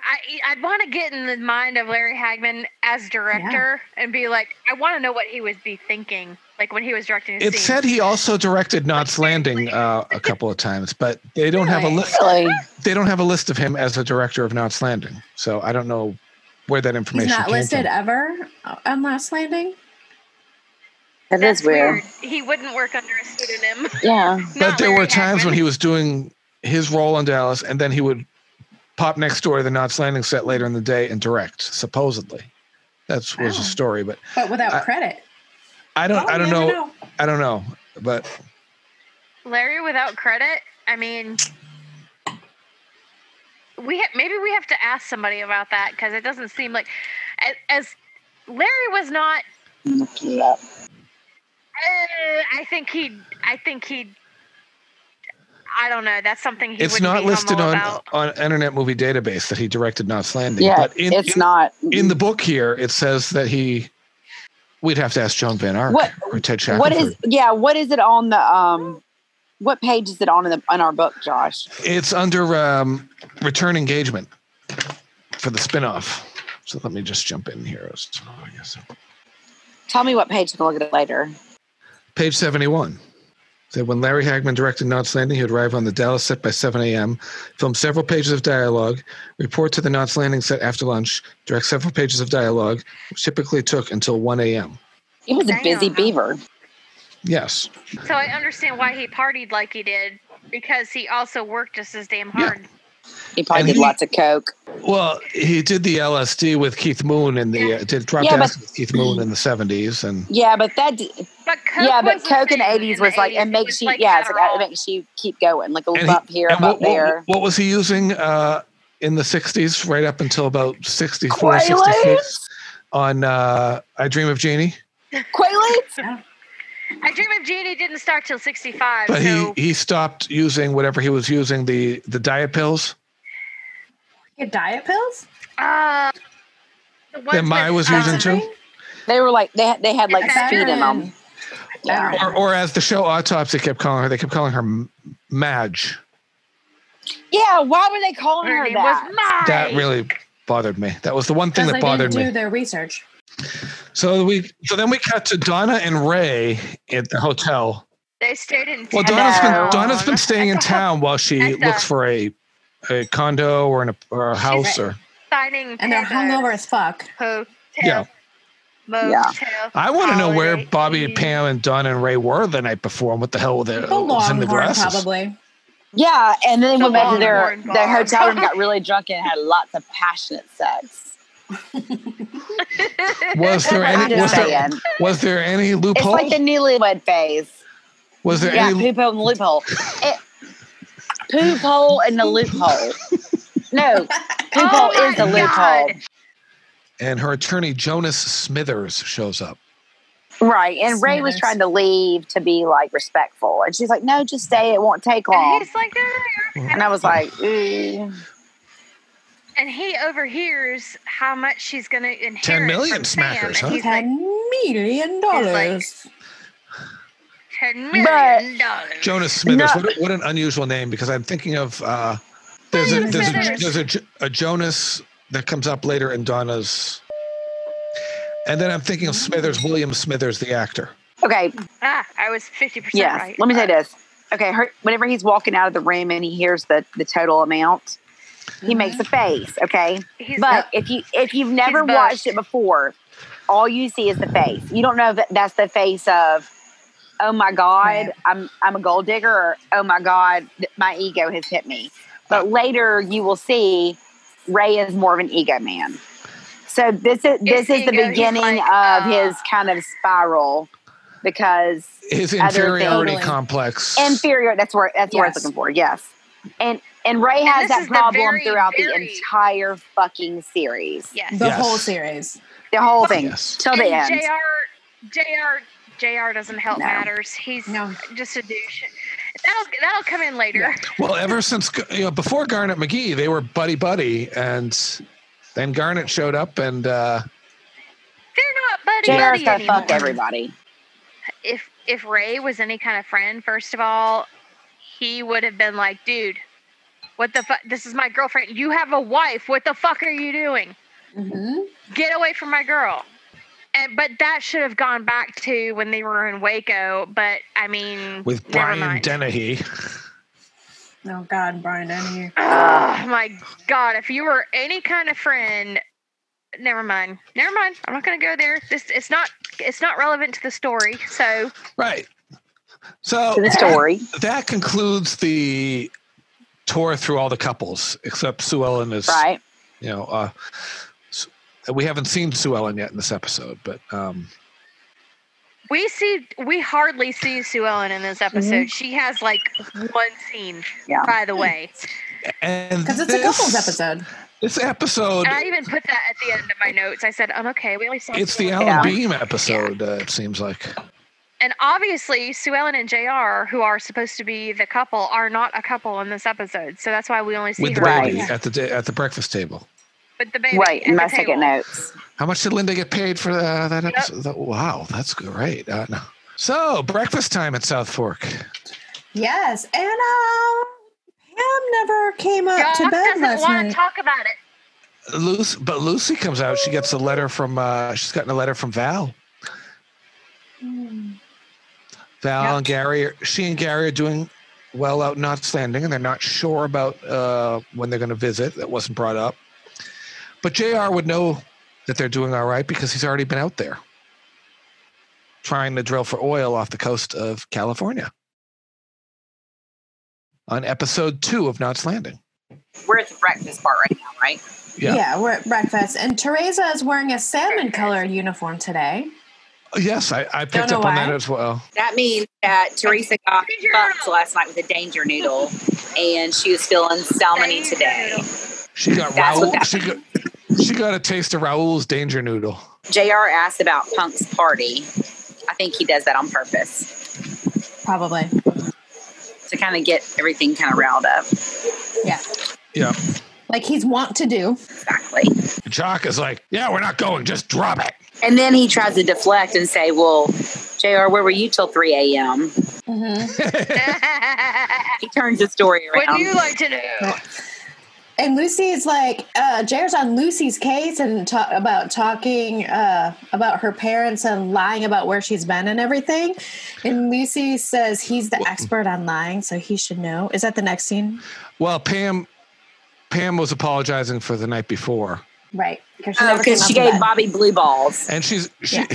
S7: I I'd want to get in the mind of Larry Hagman as director and be like, I want to know what he would be thinking, like when he was directing. A
S6: It
S7: scene.
S6: said he also directed Knots Landing uh, a couple of times, but they don't have a list.
S8: really?
S6: They don't have a list of him as the director of Knots Landing, so I don't know where that
S4: He's
S6: information.
S4: not
S6: came
S4: listed
S6: From.
S4: ever on Last Landing.
S8: That
S7: That's
S8: is weird.
S7: He wouldn't work under a pseudonym.
S8: Yeah.
S6: But there were times when he was doing his role in Dallas, and then he would pop next door to the Knots Landing set later in the day and direct. Supposedly, that was
S4: Wow.
S6: the story, but
S4: But without
S6: I-
S4: credit,
S6: I don't.
S4: Oh,
S6: I don't
S4: you
S6: know,
S4: never
S6: I don't know. But
S7: Larry without credit. I mean, we ha- maybe we have to ask somebody about that because it doesn't seem like as, as Larry was not.
S8: Yeah.
S7: Uh, I think he. I think he. I don't know. That's something he
S6: it's
S7: wouldn't
S6: not
S7: be
S6: listed
S7: humble
S6: on
S7: about.
S6: on Internet Movie Database that he directed Knots Landing.
S8: Yeah.
S6: but in,
S8: it's
S6: in-
S8: not.
S6: in the book here, it says that he. We'd have to ask Joan Van Ark
S8: What-
S6: or Ted Shackelford.
S8: what is yeah, what is it on the um what page is it on in the on our book, Josh?
S6: It's under um, return engagement for the spinoff. So let me just jump in here. It's- oh, yes.
S8: Tell me what page and I'll look at it later.
S6: Page seventy-one. Said when Larry Hagman directed Knots Landing, he would arrive on the Dallas set by 7 a.m., film several pages of dialogue, report to the Knots Landing set after lunch, direct several pages of dialogue, which typically took until 1 a.m.
S8: He was a
S7: Damn.
S8: busy beaver.
S6: Yes.
S7: So I understand why he partied like he did because he also worked just as damn hard.
S8: He probably
S6: And
S8: did
S6: he-
S8: lots of coke.
S6: Well, he did the LSD with Keith Moon and the uh, did drop
S8: Yeah, but-
S6: acid with Keith Moon in the 70s and
S8: Yeah, but that d-
S7: But Coke
S8: yeah, but
S7: was the
S8: coke in the
S7: thing
S8: eighties
S7: in the
S8: was like
S7: 80s.
S8: it makes
S7: was
S8: you
S7: like
S8: yeah, it's like
S7: Adderall.
S8: it makes you keep going like a little
S6: he-
S8: bump here, a
S6: and
S8: bump
S6: what,
S8: there.
S6: What, what was he using uh, in the 60s, right up until about 64,
S8: Quaaludes,
S6: 66 on uh, I Dream of Janie?
S8: Quaaludes.
S7: I Dream of Jeannie E didn't start till 65.
S6: But
S7: so
S6: he, he stopped using whatever he was using, the, the diet pills.
S4: Your diet pills.
S7: uh, the ones
S6: That Mai
S7: with,
S6: was
S7: um,
S6: using too?
S8: They were like they had- they had like speed in
S4: um,
S8: them.
S4: Better.
S6: Or, or as the show Autopsy kept calling her, they kept calling her M- Madge.
S8: Yeah, why were they calling
S7: Her
S8: her
S7: name was
S8: that?
S7: Mari.
S6: That really bothered me. That was the one thing
S4: Because
S6: that
S4: they
S6: bothered
S4: didn't do
S6: me.
S4: their research.
S6: So we so then we cut to Donna and Ray at the hotel.
S7: They stayed in
S6: Well,
S7: town.
S6: Donna's been Donna's been staying in
S7: At the ho-
S6: town while she
S7: at the-
S6: looks for a a condo or an ap- or a house or
S7: signing
S4: And they're
S7: papers.
S4: hungover as fuck.
S7: Hotel.
S6: Yeah.
S7: Motel.
S6: I want to know where
S7: holiday
S6: Bobby,
S7: inn.
S6: Pam, and Donna and Ray were the night before and what the hell was
S4: The
S6: in the
S4: longhorn,
S6: glasses.
S4: probably.
S8: Yeah, and then they
S7: The
S8: went back to their,
S7: Longhorn
S8: their
S7: Bar.
S8: hotel room, got really drunk, and had lots of passionate sex.
S6: Was there
S8: I'm
S6: any
S8: just
S6: was there,
S8: saying.
S6: was there any
S8: It's
S6: loophole?
S8: like the newlywed phase.
S6: was there
S8: Yeah,
S6: any
S8: poop hole and loophole. It, poop hole and the loophole. No, poop hole
S7: Oh
S8: is the
S7: my
S8: loophole.
S7: God.
S6: and her attorney Jonas Smithers shows up.
S8: Right. And Ray was
S4: Smithers.
S8: trying to leave to be like respectful. And she's like, no, just stay. It won't take
S7: And
S8: long.
S7: he's like, "No,
S6: Mm-hmm.
S7: no, no, you're-"
S8: And I was like, "Ew."
S7: and he overhears how much she's going to inherit.
S6: million
S7: from Sam,
S6: smackers,
S7: and
S6: huh?
S7: He's like,
S4: Ten million dollars.
S7: ten million dollars.
S6: Jonas Smithers.
S8: No.
S6: What, a- what an unusual name because I'm thinking of uh, there's a
S7: Jonas
S6: there's, a,
S7: Smithers.
S6: there's a, Jo- a Jonas that comes up later in Donna's, and then I'm thinking of Smithers, William Smithers, the actor.
S8: okay.
S7: Ah, I was 50%
S8: Yes.
S7: right. Uh,
S8: Let me say this. Okay. Her, whenever he's walking out of the room and he hears the, the total amount, he makes a face. Okay.
S7: Mm-hmm. He's
S8: But if you if you've never
S7: buffed.
S8: watched it before, all you see is the face. You don't know if that's the face of, oh my god,
S4: Right.
S8: I'm I'm a gold digger, or oh my god, th- my ego has hit me. But later you will see Ray is more of an ego man. So this is this is the
S7: ego, he's
S8: beginning
S7: like,
S8: of
S7: uh,
S8: his kind of spiral because
S6: His
S8: Other thing-
S6: inferiority
S4: Totally.
S6: complex.
S8: inferior that's where that's what I was
S4: Yes.
S8: looking for. Yes. And and Ray has
S7: this
S8: that
S7: is the
S8: problem
S7: very,
S8: throughout
S7: very-
S8: the entire fucking series.
S7: yes.
S4: The
S6: Yes.
S4: whole series.
S8: The whole thing
S6: Yes.
S8: till the
S7: And
S8: end.
S7: JR, JR, JR doesn't help
S8: No.
S7: matters. He's
S4: No.
S7: just a douche. That'll that'll come in later.
S6: well, ever since you know before Garnet McGee, they were buddy buddy, and then Garnet showed up, and uh,
S7: They're not buddy
S8: JR's
S7: buddy
S8: gonna fuck
S7: anymore.
S8: everybody.
S7: If if Ray was any kind of friend, first of all, he would have been like, dude, what the fuck? This is my girlfriend. You have a wife. What the fuck are you doing?
S4: Mm-hmm.
S7: Get away from my girl. And, but that should have gone back to when they were in Waco. But I mean,
S6: with
S7: never
S6: Brian
S7: mind.
S6: Dennehy.
S4: Oh God, Brian Dennehy.
S7: Oh my god, if you were any kind of friend, never mind. Never mind. I'm not gonna go there. This it's not it's not relevant to the story. So
S6: Right. So
S8: To the story.
S6: that concludes the tour through all the couples, except Sue Ellen is
S8: Right.
S6: you know uh s- we haven't seen sue ellen yet in this episode but um
S7: we see we hardly see Sue Ellen in this
S4: Mm-hmm.
S7: episode. She has like one scene,
S8: Yeah.
S7: by the way.
S6: and
S4: Because it's a
S6: this-
S4: couples episode.
S6: this episode
S7: And I even put that at the end of my notes. I said, I'm okay, we only saw
S6: it's
S7: Sue
S6: the
S7: Ellen
S6: alan
S8: Yeah.
S6: beam episode uh, it seems like
S7: And obviously, Sue Ellen and JR, who are supposed to be the couple, are not a couple in this episode. So that's why we only see
S6: with the
S7: her
S8: Right.
S6: baby at the da- at the breakfast table
S7: with the baby.
S8: Right.
S7: at
S8: In my
S7: the
S8: second
S7: table.
S8: notes.
S6: how much did linda get paid for uh, that episode That- wow that's great uh, no. so breakfast time at south fork
S4: Yes, and um, Pam never came up to
S7: God
S4: bed
S7: doesn't
S4: last
S7: want
S4: night.
S7: to talk about it.
S6: lucy but lucy comes out she gets a letter from uh she's gotten a letter from val
S4: Hmm.
S6: Val
S4: Yep.
S6: and Gary, are, she and Gary are doing well out in outstanding, and they're not sure about uh, when they're going to visit. That wasn't brought up. But JR would know that they're doing all right because he's already been out there trying to drill for oil off the coast of California on episode two of Knots Landing.
S8: We're at the breakfast bar right now, right?
S6: Yeah.
S4: Yeah. we're at breakfast, and Teresa is wearing a salmon-colored uniform today.
S6: Yes, I, I picked
S4: know
S6: up on
S4: why.
S6: that as well.
S8: That means that Teresa got
S7: Danger
S8: fucked
S7: noodle.
S8: last night with a danger noodle and she was feeling salmony
S7: Danger
S8: today.
S7: noodle.
S6: She got
S8: That's what
S6: Raoul.
S8: that
S6: She got, she got a taste of Raoul's danger noodle.
S8: JR asked about Punk's party. I think he does that on purpose
S4: Probably.
S8: to kind of get everything kind of riled up.
S4: Yeah,
S6: Yeah.
S4: like he's wont to do.
S8: Exactly.
S6: Jock is like, yeah, we're not going. Just drop it.
S8: And then he tries to deflect and say, Well, JR, where were you till 3 a.m.?
S7: Mm-hmm.
S4: Mhm.
S8: He turns the story
S7: what
S8: around.
S7: do you like to do?
S4: And Lucy is like, uh, Jared's on Lucy's case and ta- about talking uh, about her parents and lying about where she's been and everything. And Lucy says he's the expert on lying, so he should know. Is that the next scene?
S6: Well, Pam, Pam was apologizing for the night before,
S4: Right. Because
S8: Oh, because she gave Bobby blue balls,
S6: and she's she.
S8: like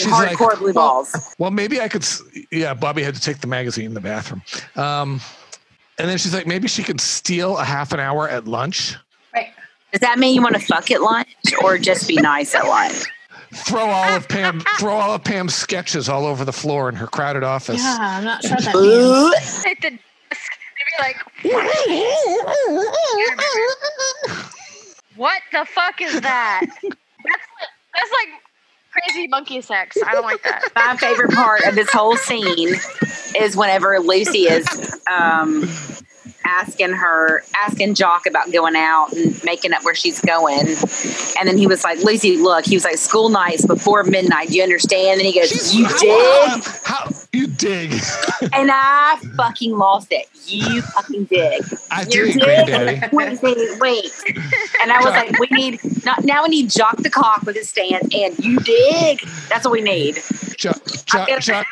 S6: She's like,
S8: hardcore blue
S6: "Well,
S8: balls.
S6: Well, maybe I could. s- Yeah, Bobby had to take the magazine in the bathroom. Um, and then she's like, maybe she could steal a half an hour at lunch,
S8: Does that mean you want to fuck at lunch or just be nice at lunch?
S6: throw all of Pam, throw all of Pam's sketches all over the floor in her crowded office.
S4: Yeah, I'm not sure what that means.
S8: Ooh,
S7: Hit the desk and be like, what the fuck is that? That's like, that's like crazy monkey sex. I don't like that.
S8: my favorite part of this whole scene is whenever Lucy is um, asking her, asking Jock about going out and making up where she's going. And then he was like, Lucy, look, he was like, school nights before midnight. Do you understand? And he goes,
S6: She's-
S8: You
S6: how-
S8: did?
S6: How, you dig?
S8: And I fucking lost it. You fucking did.
S6: I
S8: You
S6: dig,
S8: did?
S6: granddaddy.
S8: Wait, wait, wait. And I was like, we need, not, now we need Jock the cock with his stance and you dig. That's what we need.
S6: Jock, Jock,
S8: gonna-
S6: Jock,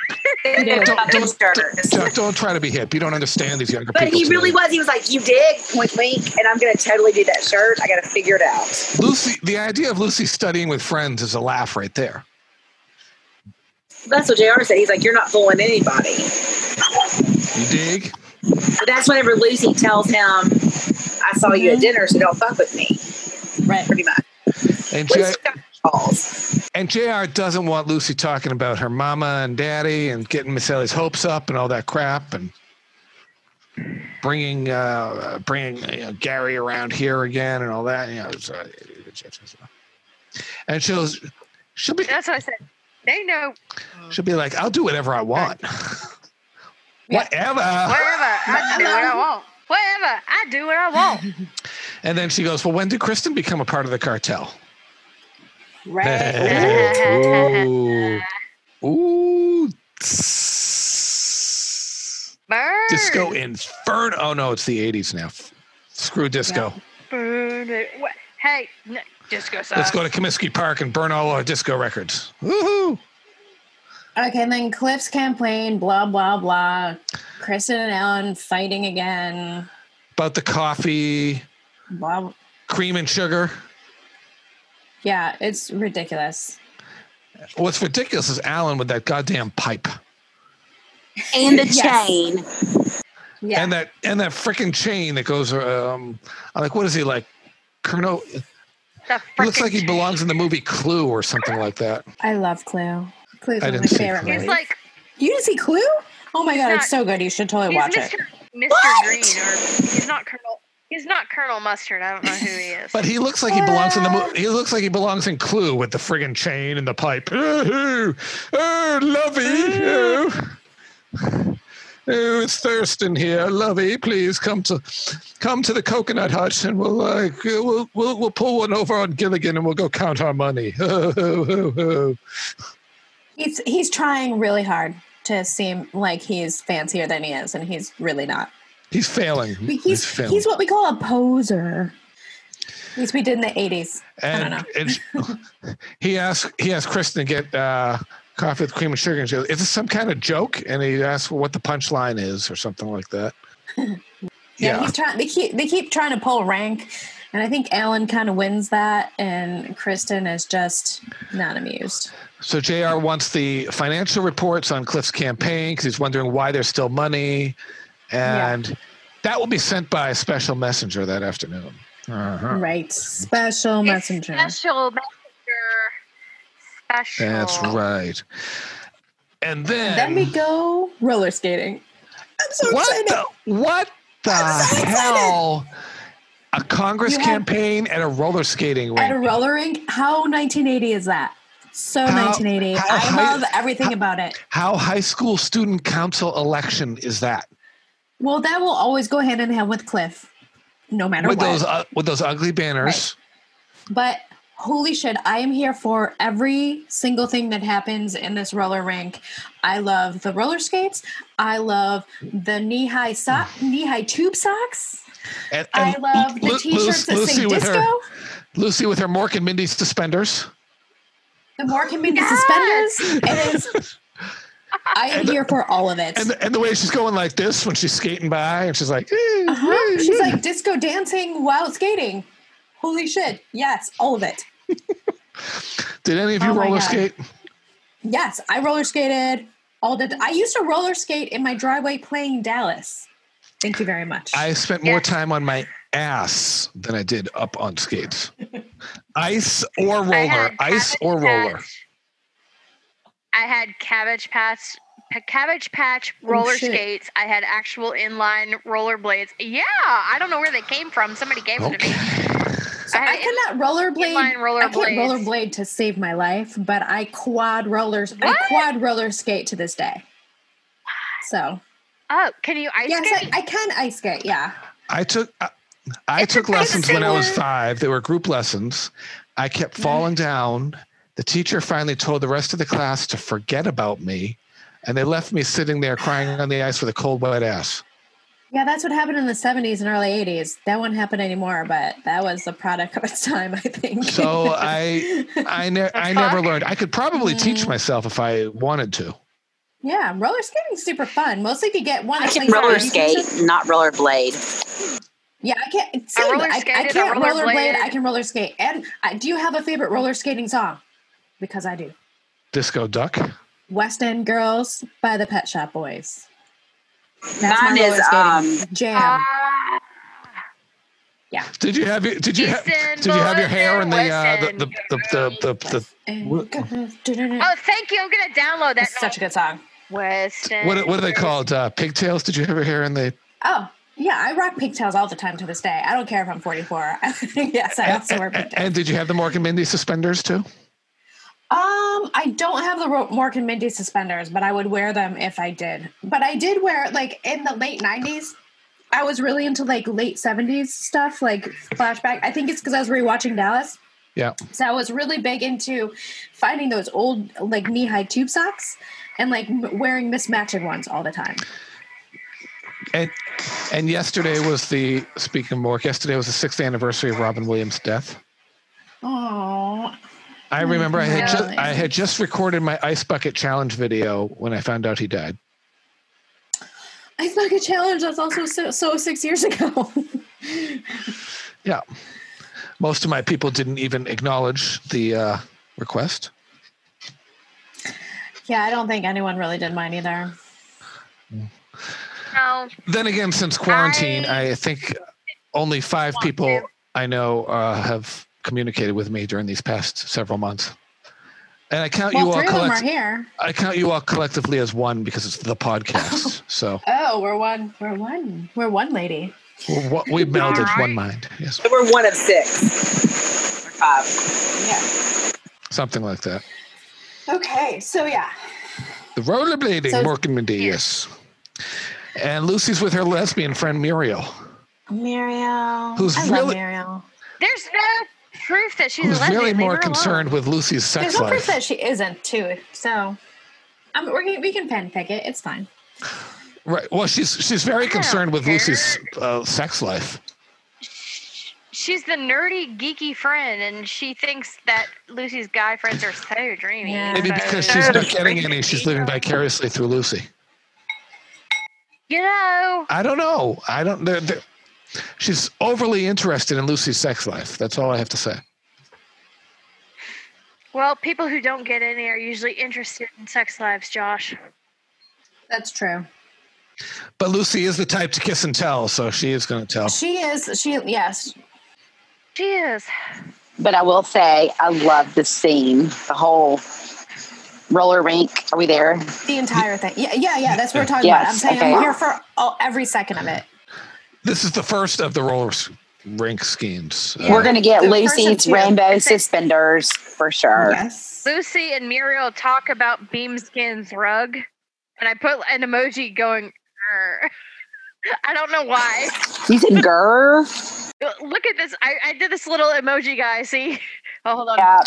S8: Fucking
S6: don't, don't,
S8: stirs.
S6: Jock, don't try to be hip. You don't understand these younger
S8: But
S6: people.
S8: he really
S6: today.
S8: was. He was like, "You dig, wink, wink," and I'm gonna totally do that shirt. I gotta figure it out.
S6: Lucy, the idea of Lucy studying with friends is a laugh right there.
S8: That's what Jr. said. He's like, "You're not fooling anybody."
S6: You dig?
S8: But that's whenever Lucy tells him, "I saw you at dinner, so don't fuck with me."
S4: Right.
S8: Pretty much.
S6: And J-
S8: Lucy got balls.
S6: and Jr. doesn't want Lucy talking about her mama and daddy and getting Miss Ellie's hopes up and all that crap and bringing uh, bringing you know, Gary around here again and all that. You know, it's, uh, it's- it's- and she'll she'll be
S7: That's what I said. They know
S6: she'll be like, "I'll do whatever I want." Whatever.
S7: whatever. I do what I want. Whatever. I do what I want.
S6: And then she goes, Well, when did Kristen become a part of the cartel?
S4: Right.
S6: Ooh. Ooh. Tss.
S7: Burn.
S6: Disco Inferno. Oh, no, it's the 80s now. Screw disco.
S7: Burn it. What- Hey, n- disco sucks.
S6: Let's go to Comiskey Park and burn all our disco records. Woohoo.
S4: okay, and then Cliff's campaign, blah, blah, blah. Kristen and Ellen fighting again.
S6: About the coffee,
S4: Blah.
S6: cream and sugar.
S4: Yeah, it's ridiculous.
S6: What's ridiculous is Alan with that goddamn pipe
S8: And the
S4: Yes.
S8: chain.
S4: Yeah.
S6: and that and that freaking chain that goes. Um, I'm like, what is he like? Criminal.
S7: The
S6: He looks like
S7: frickin'
S6: he belongs in the movie Clue or something like that.
S4: I love Clue. Clue's
S6: I
S4: one of my
S6: didn't see
S4: favorite
S6: Clue.
S4: movies.
S7: He's like
S4: you didn't see Clue? Oh my god, it's so good. You should totally
S7: he's
S4: watch
S7: Mr.
S4: it.
S7: Mr. Green or he's not Colonel. He's not Colonel Mustard. I don't know who he is.
S6: But he looks like he belongs in the mo- he looks like he belongs in Clue with the friggin' chain and the pipe. Ooh, oh, lovey, oh. Oh, it's Thurston here, lovey. Please come to come to the coconut hut, and we'll uh, we'll, we'll we'll pull one over on Gilligan, and we'll go count our money. Oh, oh, oh, oh.
S4: He's he's trying really hard to seem like he's fancier than he is, and he's really not.
S6: He's failing.
S4: But He's
S6: failing.
S4: he's what we call a poser. At least we did in the eighties.
S6: and,
S4: I
S6: and he asked he asked Kristen to get uh, coffee with cream and sugar, and she goes, "Is this some kind of joke?" And he asked what the punchline is or something like that.
S4: Yeah,
S6: yeah,
S4: he's trying. They keep they keep trying to pull rank, and I think Alan kind of wins that, and Kristen is just not amused.
S6: So JR wants the financial reports on Cliff's campaign because he's wondering why there's still money. And that will be sent by a special messenger that afternoon. Uh-huh.
S4: Right, special
S7: It's
S4: messenger.
S7: Special messenger. Special.
S6: That's right. And then,
S4: Then we go roller skating. I'm so
S6: what
S4: excited.
S6: the what the hell? A Congress
S4: You have-
S6: campaign and a roller skating rink.
S4: At a roller rink, how 1980 is that? So
S6: How-
S4: 1980.
S6: how
S4: I
S6: high-
S4: love everything about it.
S6: How high school student council election is that?
S4: Well, that will always go hand in hand with Cliff, no matter
S6: With
S4: what.
S6: those uh, with those ugly banners.
S4: But holy shit, I am here for every single thing that happens in this roller rink. I love the roller skates. I love the knee high sock, knee high tube socks.
S6: And,
S4: I
S6: and
S4: love the
S6: Lu-
S4: t-shirts that say
S6: with
S4: disco.
S6: her Lucy with her Mork and Mindy suspenders.
S4: The more can be the suspenders. It is. I am here for all of it.
S6: And the, and the way she's going like this when she's skating by, and she's like, "Eh,
S4: Huh?
S6: eh,
S4: Uh-huh. She's
S6: eh."
S4: like disco dancing while skating. Holy shit. Yes, all of it.
S6: Did any of you
S4: Oh my
S6: roller
S4: God.
S6: skate?
S4: Yes, I roller skated all the I used to roller skate in my driveway playing Dallas. Thank you very much.
S6: I spent more
S7: Yes.
S6: time on my ass than I did up on skates. Ice or
S7: I
S6: roller,
S7: had
S6: ice
S7: Cabbage
S6: or roller.
S7: Patch- I had cabbage patch, pa- cabbage patch roller
S4: Oh, shit.
S7: skates. I had actual inline roller blades. Yeah, I don't know where they came from. Somebody gave them to me.
S6: Okay.
S4: so
S7: I
S4: I,
S7: had
S4: could not rollerblade.
S7: inline
S4: I can't
S7: rollerblades.
S4: rollerblade to save my life, but I quad rollers.
S7: What?
S4: I quad roller skate to this day. So
S7: Oh, can you ice
S4: yes,
S7: skate?
S4: I, I can ice skate. Yeah.
S6: I took I, I
S7: It's
S6: took
S7: about the
S6: lessons when I was
S7: same.
S6: five. They were group lessons. I kept falling down. The teacher finally told the rest of the class to forget about me, and they left me sitting there crying on the ice with a cold wet ass.
S4: Yeah, that's what happened in the 70s and early 80s. That won't happen anymore, but that was the product of its time, I think.
S6: So I I, ne- I never learned. I could probably teach myself if I wanted to.
S4: yeah, roller skating's super fun. Mostly if you get one.
S8: I
S4: that
S8: can
S4: plays
S8: roller
S4: roller
S8: skate, not roller blade.
S4: Yeah, I can't. Same,
S7: roller
S4: I, I
S7: skated, I
S4: can't
S7: roller
S4: rollerblade.
S7: bladed.
S4: I can roller skate. And I, do you have a favorite roller skating song? Because I do.
S6: Disco duck.
S4: West End Girls by the Pet Shop Boys. That's
S8: Mine
S4: my roller
S8: is
S4: skating
S8: um
S4: jam.
S7: Ah,
S6: Did you have your did you have did you have your hair in the uh, the, the, the, the,
S8: uh,
S6: the, the
S4: And-
S7: oh, thank you. I'm gonna download that.
S4: It's such a good song.
S7: Western.
S6: what what are they called uh, pigtails? Did you have your hair in the
S4: Oh, yeah, I rock pigtails all the time to this day. I don't care if I'm 44. yes, I also wear
S6: and,
S4: pigtails.
S6: did you have the Morgan Mindy suspenders too?
S4: Um, I don't have the Ro- Mork and Mindy suspenders, but I would wear them if I did. But I did wear like in the late '90s. I was really into like late '70s stuff, like flashback. I think it's because I was rewatching Dallas,
S6: Yeah.
S4: so I was really big into finding those old like knee-high tube socks and like m- wearing mismatching ones all the time.
S6: And and yesterday was the speaking of Mork, yesterday was the sixth anniversary of Robin Williams' death.
S4: Oh,
S6: I remember I had just
S4: Really?
S6: I had just recorded my ice bucket challenge video when I found out he died.
S4: Ice Bucket Challenge. That's also so, so six years ago.
S6: Yeah. Most of my people didn't even acknowledge the uh, request.
S4: yeah, I don't think anyone really did mine either.
S7: No,
S6: Then again, since quarantine, I, think only five people
S7: to.
S6: I know uh, have communicated with me during these past several months. And I count
S4: Well,
S6: you all
S4: three of them are
S6: collect-
S4: here.
S6: I count you all collectively as one because it's the podcast. so
S4: Oh, we're one. We're one. We're one lady.
S6: we're, what we melded
S7: All
S6: one
S7: right.
S6: mind. Yes.
S8: We're one of six. Or five.
S4: Yeah.
S6: Something like that.
S4: Okay. So yeah.
S6: The rollerblading
S4: So-
S6: Mork and Mindy, yes. And Lucy's with her lesbian friend Muriel,
S2: Muriel.
S6: who's
S2: I love
S6: really
S2: Muriel.
S7: there's no proof that she's a
S6: who's
S7: lesbian.
S6: really
S7: Leave
S6: more
S7: her alone.
S6: concerned with Lucy's sex
S4: There's no proof
S6: life.
S4: that she isn't too. So, um, we're gonna, we can pick it. It's fine.
S6: Right. Well, she's she's very
S7: don't
S6: concerned with
S7: care.
S6: Lucy's uh, sex life.
S7: She's the nerdy, geeky friend, and she thinks that Lucy's guy friends are so dreamy.
S4: Yeah.
S6: Maybe
S7: so-
S6: because she's not getting any, she's living vicariously through Lucy.
S7: You know,
S6: I don't know. I don't. They're, they're, she's overly interested in Lucy's sex life. That's all I have to say.
S7: well, people who don't get any are usually interested in sex lives, Josh.
S4: That's true.
S6: But Lucy is the type to kiss and tell, so she is going to tell.
S4: She is. She yes.
S7: She is.
S8: But I will say, I love the scene, the whole roller rink. Are we there?
S4: The entire thing. Yeah. Yeah. Yeah. That's what we're talking about. I'm
S8: Yes,
S4: saying
S8: okay.
S4: I'm here for all, every second of it.
S6: This is the first of the roller s- rink schemes. Uh,
S8: We're gonna get
S4: The first
S8: Lucy's
S4: of two.
S8: rainbow suspenders for sure.
S4: Yes.
S7: Lucy and Muriel talk about Beamskin's rug, and I put an emoji going. "Grr." I don't know why.
S8: You said grr.
S7: Look at this. I, I did this little emoji guy. See, Oh, hold on.
S5: Yeah.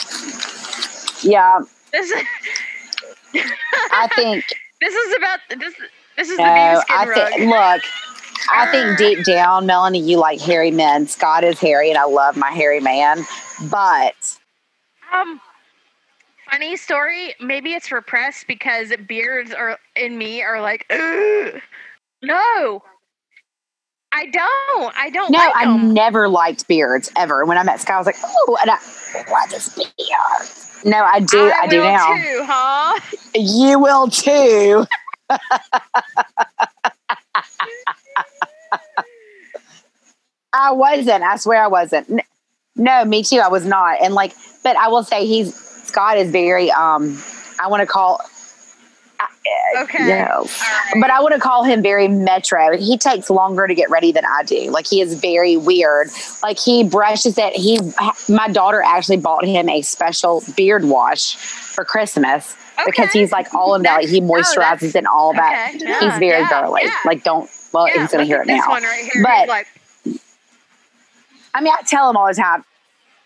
S5: Yeah.
S7: This is
S8: I think
S7: this is about this. This is the new
S8: no.
S7: skin
S8: I
S7: rug.
S8: think look. I think deep down, Melanie, you like hairy men. Scott is hairy, and I love my hairy man. But
S7: Um, funny story. Maybe it's repressed because beards are in me are like, "Ugh." no, I don't. I don't
S8: no,
S7: like
S8: I
S7: 'em.
S8: never liked beards ever. When I met Scott, I was like, "Oh, and I like this beard." No, I do. I, do
S7: will
S8: now.
S7: too, huh?
S8: You will too. I wasn't. I swear I wasn't. N- No, me too. I was not. And like, but I will say he's Scott is very. Um, I want to call. Uh,
S7: Okay.
S8: No,
S7: All right.
S8: but I want to call him very metro. He takes longer to get ready than I do. Like he is very weird. Like he brushes it. He, my daughter actually bought him a special beard wash for Christmas because
S7: Okay.
S8: he's like all in that. Like he
S7: That's- oh,
S8: moisturizes and all that.
S7: Okay. Yeah,
S8: he's very
S7: yeah,
S8: girly.
S7: yeah,
S8: Like don't. Well,
S7: yeah,
S8: he's gonna
S7: look
S8: hear
S7: at
S8: it
S7: This
S8: now.
S7: one right here.
S8: But-
S7: like,
S8: I mean, I tell him all the time.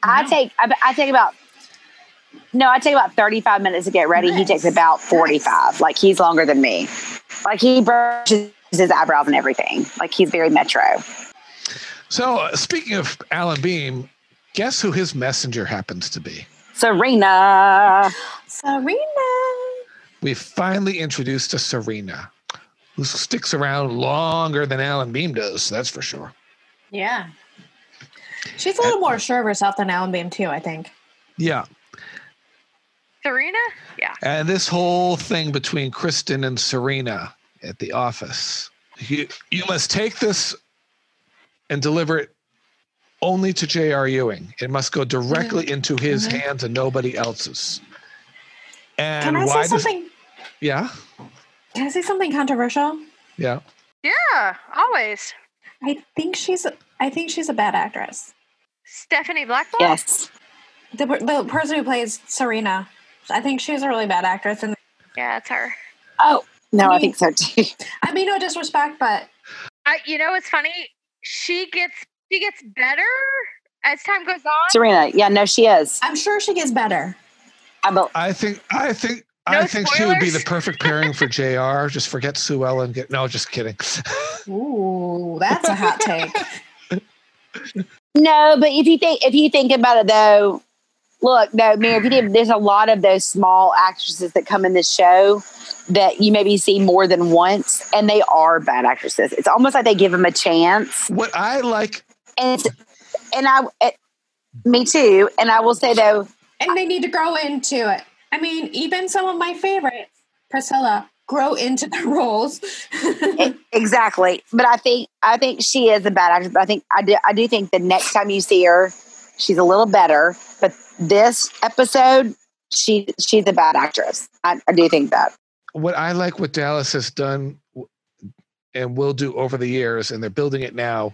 S8: I take I, I take about no, I take about thirty five minutes to get ready. He takes about forty five. Like he's longer than me. Like he brushes his eyebrows and everything. Like he's very metro.
S6: So uh, speaking of Alan Beam, guess who his messenger happens to be?
S8: Serena,
S4: Serena.
S6: We finally introduced a Serena, who sticks around longer than Alan Beam does. That's for sure.
S4: Yeah. She's a little more sure of herself than Alan Beam too. I think.
S6: Yeah,
S7: Serena. Yeah.
S6: and this whole thing between Kristen and Serena at the office. You, you must take this and deliver it only to J.R. Ewing. It must go directly
S4: Mm-hmm.
S6: into his hands and nobody else's. And
S4: Can I
S6: why
S4: say
S6: does-
S4: something?
S6: yeah,
S4: Can I say something controversial?
S6: yeah.
S7: Yeah. Always.
S4: I think she's. I think she's a bad actress.
S7: Stephanie Blackmore.
S8: yes,
S4: The, per- the person who plays Serena. I think she's a really bad actress, and
S7: Yeah, it's her.
S8: no, I
S4: mean-
S8: think so too.
S4: I mean no disrespect, but
S7: I. You know, it's funny. She gets she gets better as time goes on.
S8: Serena, yeah, no, she is.
S4: I'm sure she gets better.
S8: I bel
S6: I think I think
S7: No
S6: I think she would be the
S7: spoilers?
S6: perfect pairing for JR. Just forget Sue Ellen. Get, no, just kidding.
S4: Ooh, that's a hot take.
S8: no, but if you think if you think about it though, look, no, Mary, if you think, there's a lot of those small actresses that come in this show that you maybe see more than once, and they are bad actresses. It's almost like they give them a chance,
S6: What I like,
S8: and it's, and I, it, me too, and I will say though,
S4: And they need to grow into it. I mean, even some of my favorites, Priscilla, grow into their roles.
S8: it- e, exactly. But I think I think she is a bad actress. But I think I do I do think the next time you see her, she's a little better. But this episode, she she's a bad actress. I, I do think that.
S6: what I like, what Dallas has done w- and will do over the years, and they're building it now,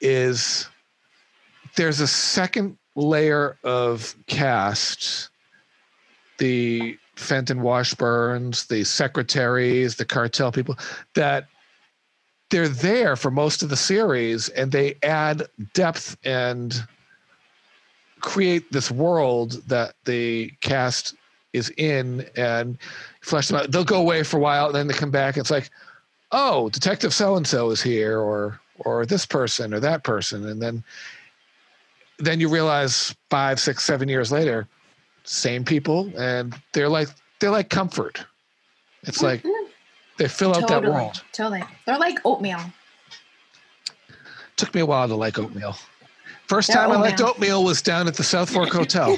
S6: is there's a second layer of cast, the Fenton Washburns, the secretaries, the cartel people that they're there for most of the series and they add depth and create this world that the cast is in and flesh them out. They'll go away for a while and then they come back. It's like, oh, Detective so and so is here, or or this person or that person, and then then you realize five, six, seven years later, same people, and they're like they're like comfort. It's like they fill out that
S4: totally,
S6: world.
S4: totally. They're like oatmeal.
S6: Took me a while to like oatmeal. First
S4: Yeah,
S6: time I liked
S4: oatmeal.
S6: oatmeal was down at the South Fork Hotel.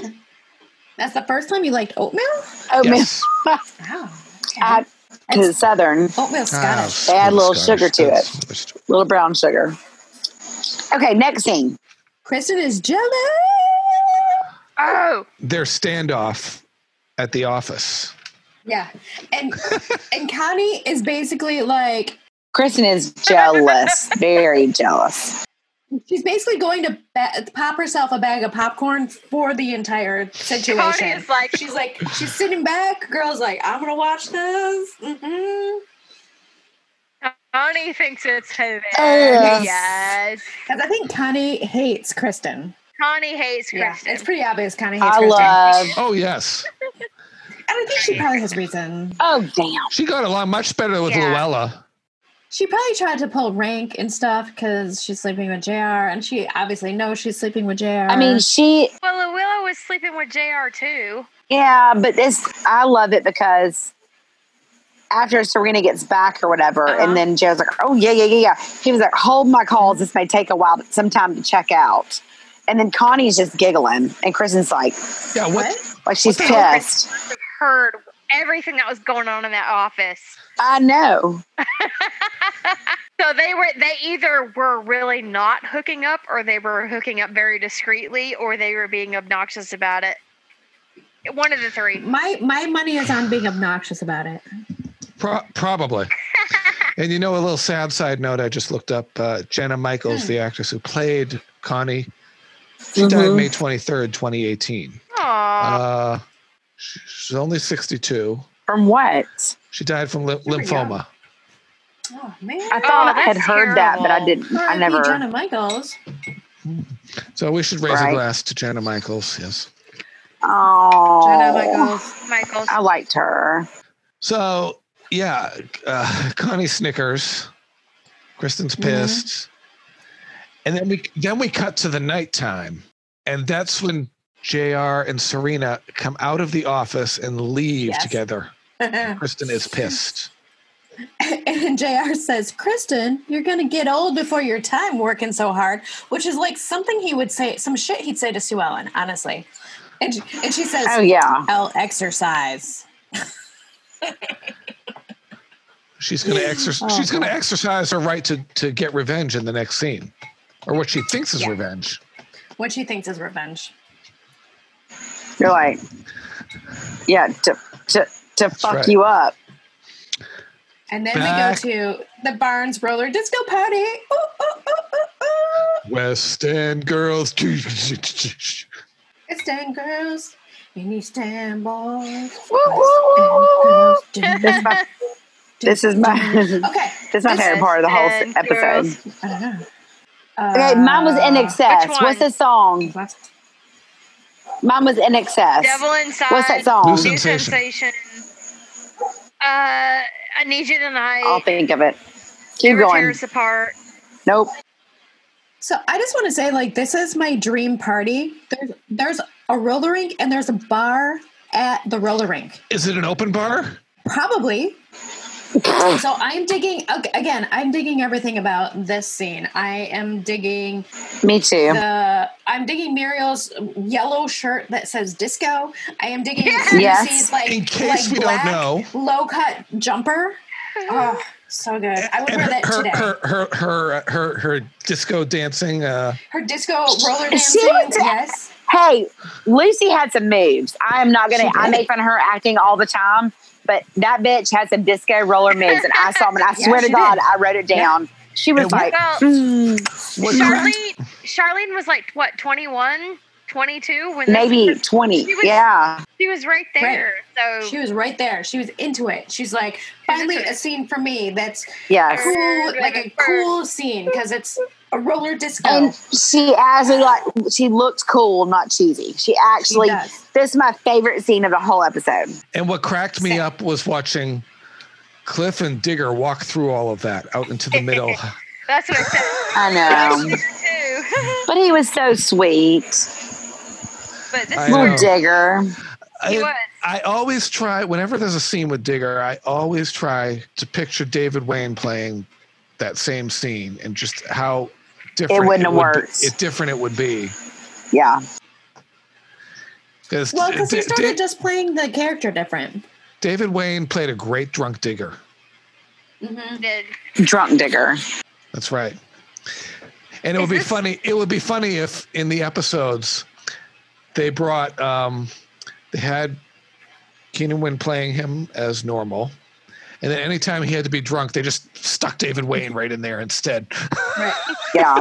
S4: That's the first time you liked oatmeal.
S8: Oh man,
S6: yes.
S4: Wow.
S8: I- 'cause it's Southern.
S4: Oatmeal
S6: Ah,
S4: Scottish.
S8: Add a little
S6: Scottish.
S8: sugar to
S6: That's- that's-
S8: Little brown sugar. Okay, next scene.
S4: Kristen is jealous.
S7: Oh,
S6: Their standoff at the office.
S4: Yeah, and and Connie is basically like
S8: Kristen is jealous, very jealous.
S4: she's basically going to ba- pop herself a bag of popcorn for the entire
S7: Connie
S4: situation.
S7: is like
S4: She's like she's sitting back. Girl's like I'm gonna watch this. Mm-hmm.
S7: Connie thinks it's hilarious.
S8: Oh, Yes.
S7: Yes.
S4: Because I think Connie hates Kristen.
S7: Connie hates
S4: Yeah,
S7: Kristen.
S4: it's pretty obvious Connie hates
S8: I
S4: Kristen.
S8: love.
S6: Oh yes,
S4: And I think she probably has reason.
S8: Oh damn!
S6: she got along much better with
S7: Yeah.
S6: Luella.
S4: She probably tried to pull rank and stuff because she's sleeping with JR, and she obviously knows she's sleeping with JR.
S8: I mean, she
S7: well, Willow was sleeping with Jr. too.
S8: Yeah, but this I love it because after Serena gets back or whatever,
S7: Uh-huh.
S8: and then Joe's like, "Oh yeah, yeah, yeah, yeah." He was like, "Hold my calls. This may take a while, but some time to check out." And then Connie's just giggling, and Kristen's like,
S6: Yeah, what?
S8: like she's
S6: What the hell?
S8: pissed.
S7: Heard everything that was going on in that office.
S8: I know.
S7: So they were they either were really not hooking up or they were hooking up very discreetly or they were being obnoxious about it. One of the three.
S4: my my money is on being obnoxious about it.
S6: Pro- probably. and you know, a little sad side note. I just looked up uh, Jenna Michaels, the actress who played Connie. She died
S8: Mhm.
S6: May twenty third, twenty eighteen.
S7: Aww.
S6: Uh, sh- she's only sixty two.
S8: From what?
S6: She died from ly-
S4: we go.
S6: lymphoma.
S4: Oh man.
S8: I thought I had
S7: that's
S8: heard that, but I
S7: terrible.
S8: didn't. I
S4: R.I.P.
S8: never.
S4: Jenna Michaels.
S6: So we should raise
S8: Right.
S6: a glass to Jenna Michaels. Yes.
S8: Oh,
S4: Jenna Michaels.
S7: Michael.
S8: I liked her.
S6: So yeah, uh, Connie snickers. Kristen's
S4: Mm-hmm.
S6: pissed. And then we then we cut to the nighttime, and that's when Jr. and Serena come out of the office and leave
S4: Yes.
S6: together. Kristen is pissed.
S4: and JR says, Kristen, you're going to get old before your time working so hard, which is like something he would say, some shit he'd say to Sue Ellen, honestly. And, she- and she says,
S8: Oh yeah.
S4: I'll exercise.
S6: She's gonna exercise.
S4: Oh,
S6: she's gonna
S4: God.
S6: exercise her right to to get revenge in the next scene, or what she thinks is
S4: Yeah.
S6: revenge.
S4: What she thinks is revenge.
S8: You're like, yeah, to to to fuck
S6: right.
S8: you up.
S4: And then
S6: Back.
S4: we go to the Barnes Roller Disco Party. Ooh, ooh, ooh, ooh, ooh.
S6: West End girls.
S4: It's Dan Girls. Mini stand boys.
S8: Woo, woo, woo, woo, woo. This is my this is my this
S4: Okay.
S8: is my
S4: This
S8: favorite
S4: is
S8: part of the whole s-
S7: Stand
S8: episode.
S4: I don't know.
S8: Okay, mine was in
S4: Uh,
S8: excess.
S7: Which one?
S8: What's the song?
S4: What?
S8: Mine was in excess.
S7: Devil inside.
S8: What's that song?
S6: Blue
S7: New
S6: Sensation.
S7: sensation. Uh, I need you tonight.
S8: I'll think of it.
S7: They
S8: Keep
S7: were
S8: going.
S7: tears apart.
S8: Nope.
S4: So I just want to say, like, this is my dream party. There's there's a roller rink and there's a bar at the roller rink.
S6: Is it an open bar?
S4: Probably. so I'm digging ag- again. I'm digging everything about this scene. I am digging
S8: Me too.
S4: the. I'm digging Muriel's yellow shirt that says disco. I am digging
S8: Yes.
S4: Lucy's, like
S6: In case
S4: like
S6: we don't
S4: black
S6: know.
S4: low cut jumper. Oh, so good. I would
S6: And
S4: wear that
S6: her,
S4: today.
S6: her, her, her, her, her, her disco dancing. Uh,
S4: Her disco roller
S8: She
S4: dancing.
S8: was-
S4: Yes.
S8: Hey, Lucy had some moves. I am not gonna.
S4: She
S8: I
S4: did.
S8: make fun of her acting all the time, but that bitch had some disco roller moves, and I saw them. And I
S4: Yeah,
S8: swear to
S4: she
S8: God,
S4: did.
S8: I wrote it down. She was
S6: And
S8: like,
S7: Well,
S8: mm,
S6: what,
S7: Charlene, Charlene was like, what, 21, 22? When this-
S8: maybe twenty.
S7: She was-
S8: yeah.
S7: She was right there. So
S4: She was right there. She was into it. She's like, finally, a scene for me that's
S8: Yes.
S4: cool, like a cool scene because it's a roller disco.
S8: And she actually like she looked cool, not cheesy. She actually
S4: She does.
S8: this is my favorite scene of the whole episode.
S6: and what cracked me up was watching Cliff and Digger walk through all of that out into the middle.
S7: that's what I said
S8: I know.
S7: too.
S8: but he was so sweet.
S7: but this
S6: I
S7: is
S8: Little
S6: know.
S8: digger.
S7: He
S6: I-
S7: was.
S6: I always try whenever there's a scene with Digger, I always try to picture David Wayne playing that same scene and just how different
S8: wouldn't have
S6: would be-
S8: worked.
S6: It different it would be
S8: Yeah.
S6: because
S4: well, because he started just playing the character different.
S6: David Wayne played a great drunk digger.
S7: did.
S8: Drunk digger.
S6: That's right. And it
S7: Is
S6: would be
S7: this-
S6: funny. It would be funny if in the episodes they brought um they had Keenan Wynn playing him as normal. And then anytime he had to be drunk, they just stuck David Wayne right in there instead.
S4: Right.
S8: Yeah.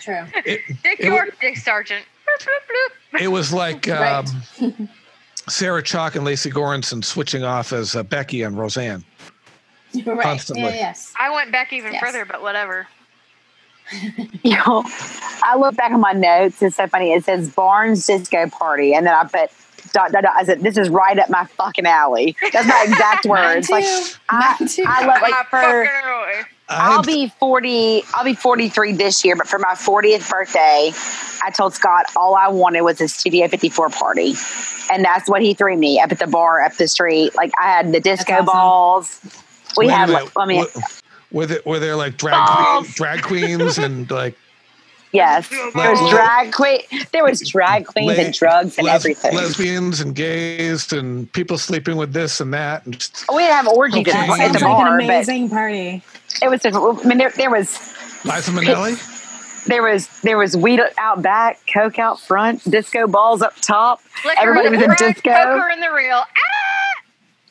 S4: True.
S7: Dick
S6: It
S7: York, Dick Sargent. Bloop, bloop, bloop.
S6: It was like
S4: Right.
S6: um, Sarah Chalk and Lacey Goranson switching off as uh, Becky and Roseanne.
S4: You're right.
S6: Constantly.
S4: Yeah, yes.
S7: I went back even
S4: Yes.
S7: further, but whatever.
S5: you know, I look back on my notes. It's so funny. It says Barnes Disco Party, and then I put dot dot dot. I said, "This is right up my fucking alley." That's my exact words. Like I,
S4: Mine too.
S5: I love
S7: I
S5: like for.
S7: Ah, fucking know.
S6: I
S8: I'll be 40, I'll be 43 this year, but for my 40th birthday, I told Scott all I wanted was a Studio 54 party. And that's what he threw me up at the bar up the street. Like I had the disco
S2: awesome.
S8: balls. We
S6: Wait a
S8: had, like,
S6: minute,
S8: I mean,
S6: were- were there, were there like drag queen, drag queens and like
S8: yes, there was
S6: Like-
S8: drag queen, there was drag queens
S6: le-
S8: and drugs and
S6: les-
S8: everything.
S6: lesbians and gays and people sleeping with this and that and just
S8: we didn't have orgies
S6: That
S8: at, the- at
S6: sounds
S8: the
S6: like
S8: bar,
S4: an
S8: but
S4: amazing party.
S8: it was. I mean, there, there was
S6: Liza Minnelli.
S8: there was there was weed out back, coke out front, disco balls up top.
S7: Liquor
S8: Everybody
S7: in
S8: was
S7: the
S8: in
S7: crack,
S8: disco.
S7: Poker in the reel. Ah!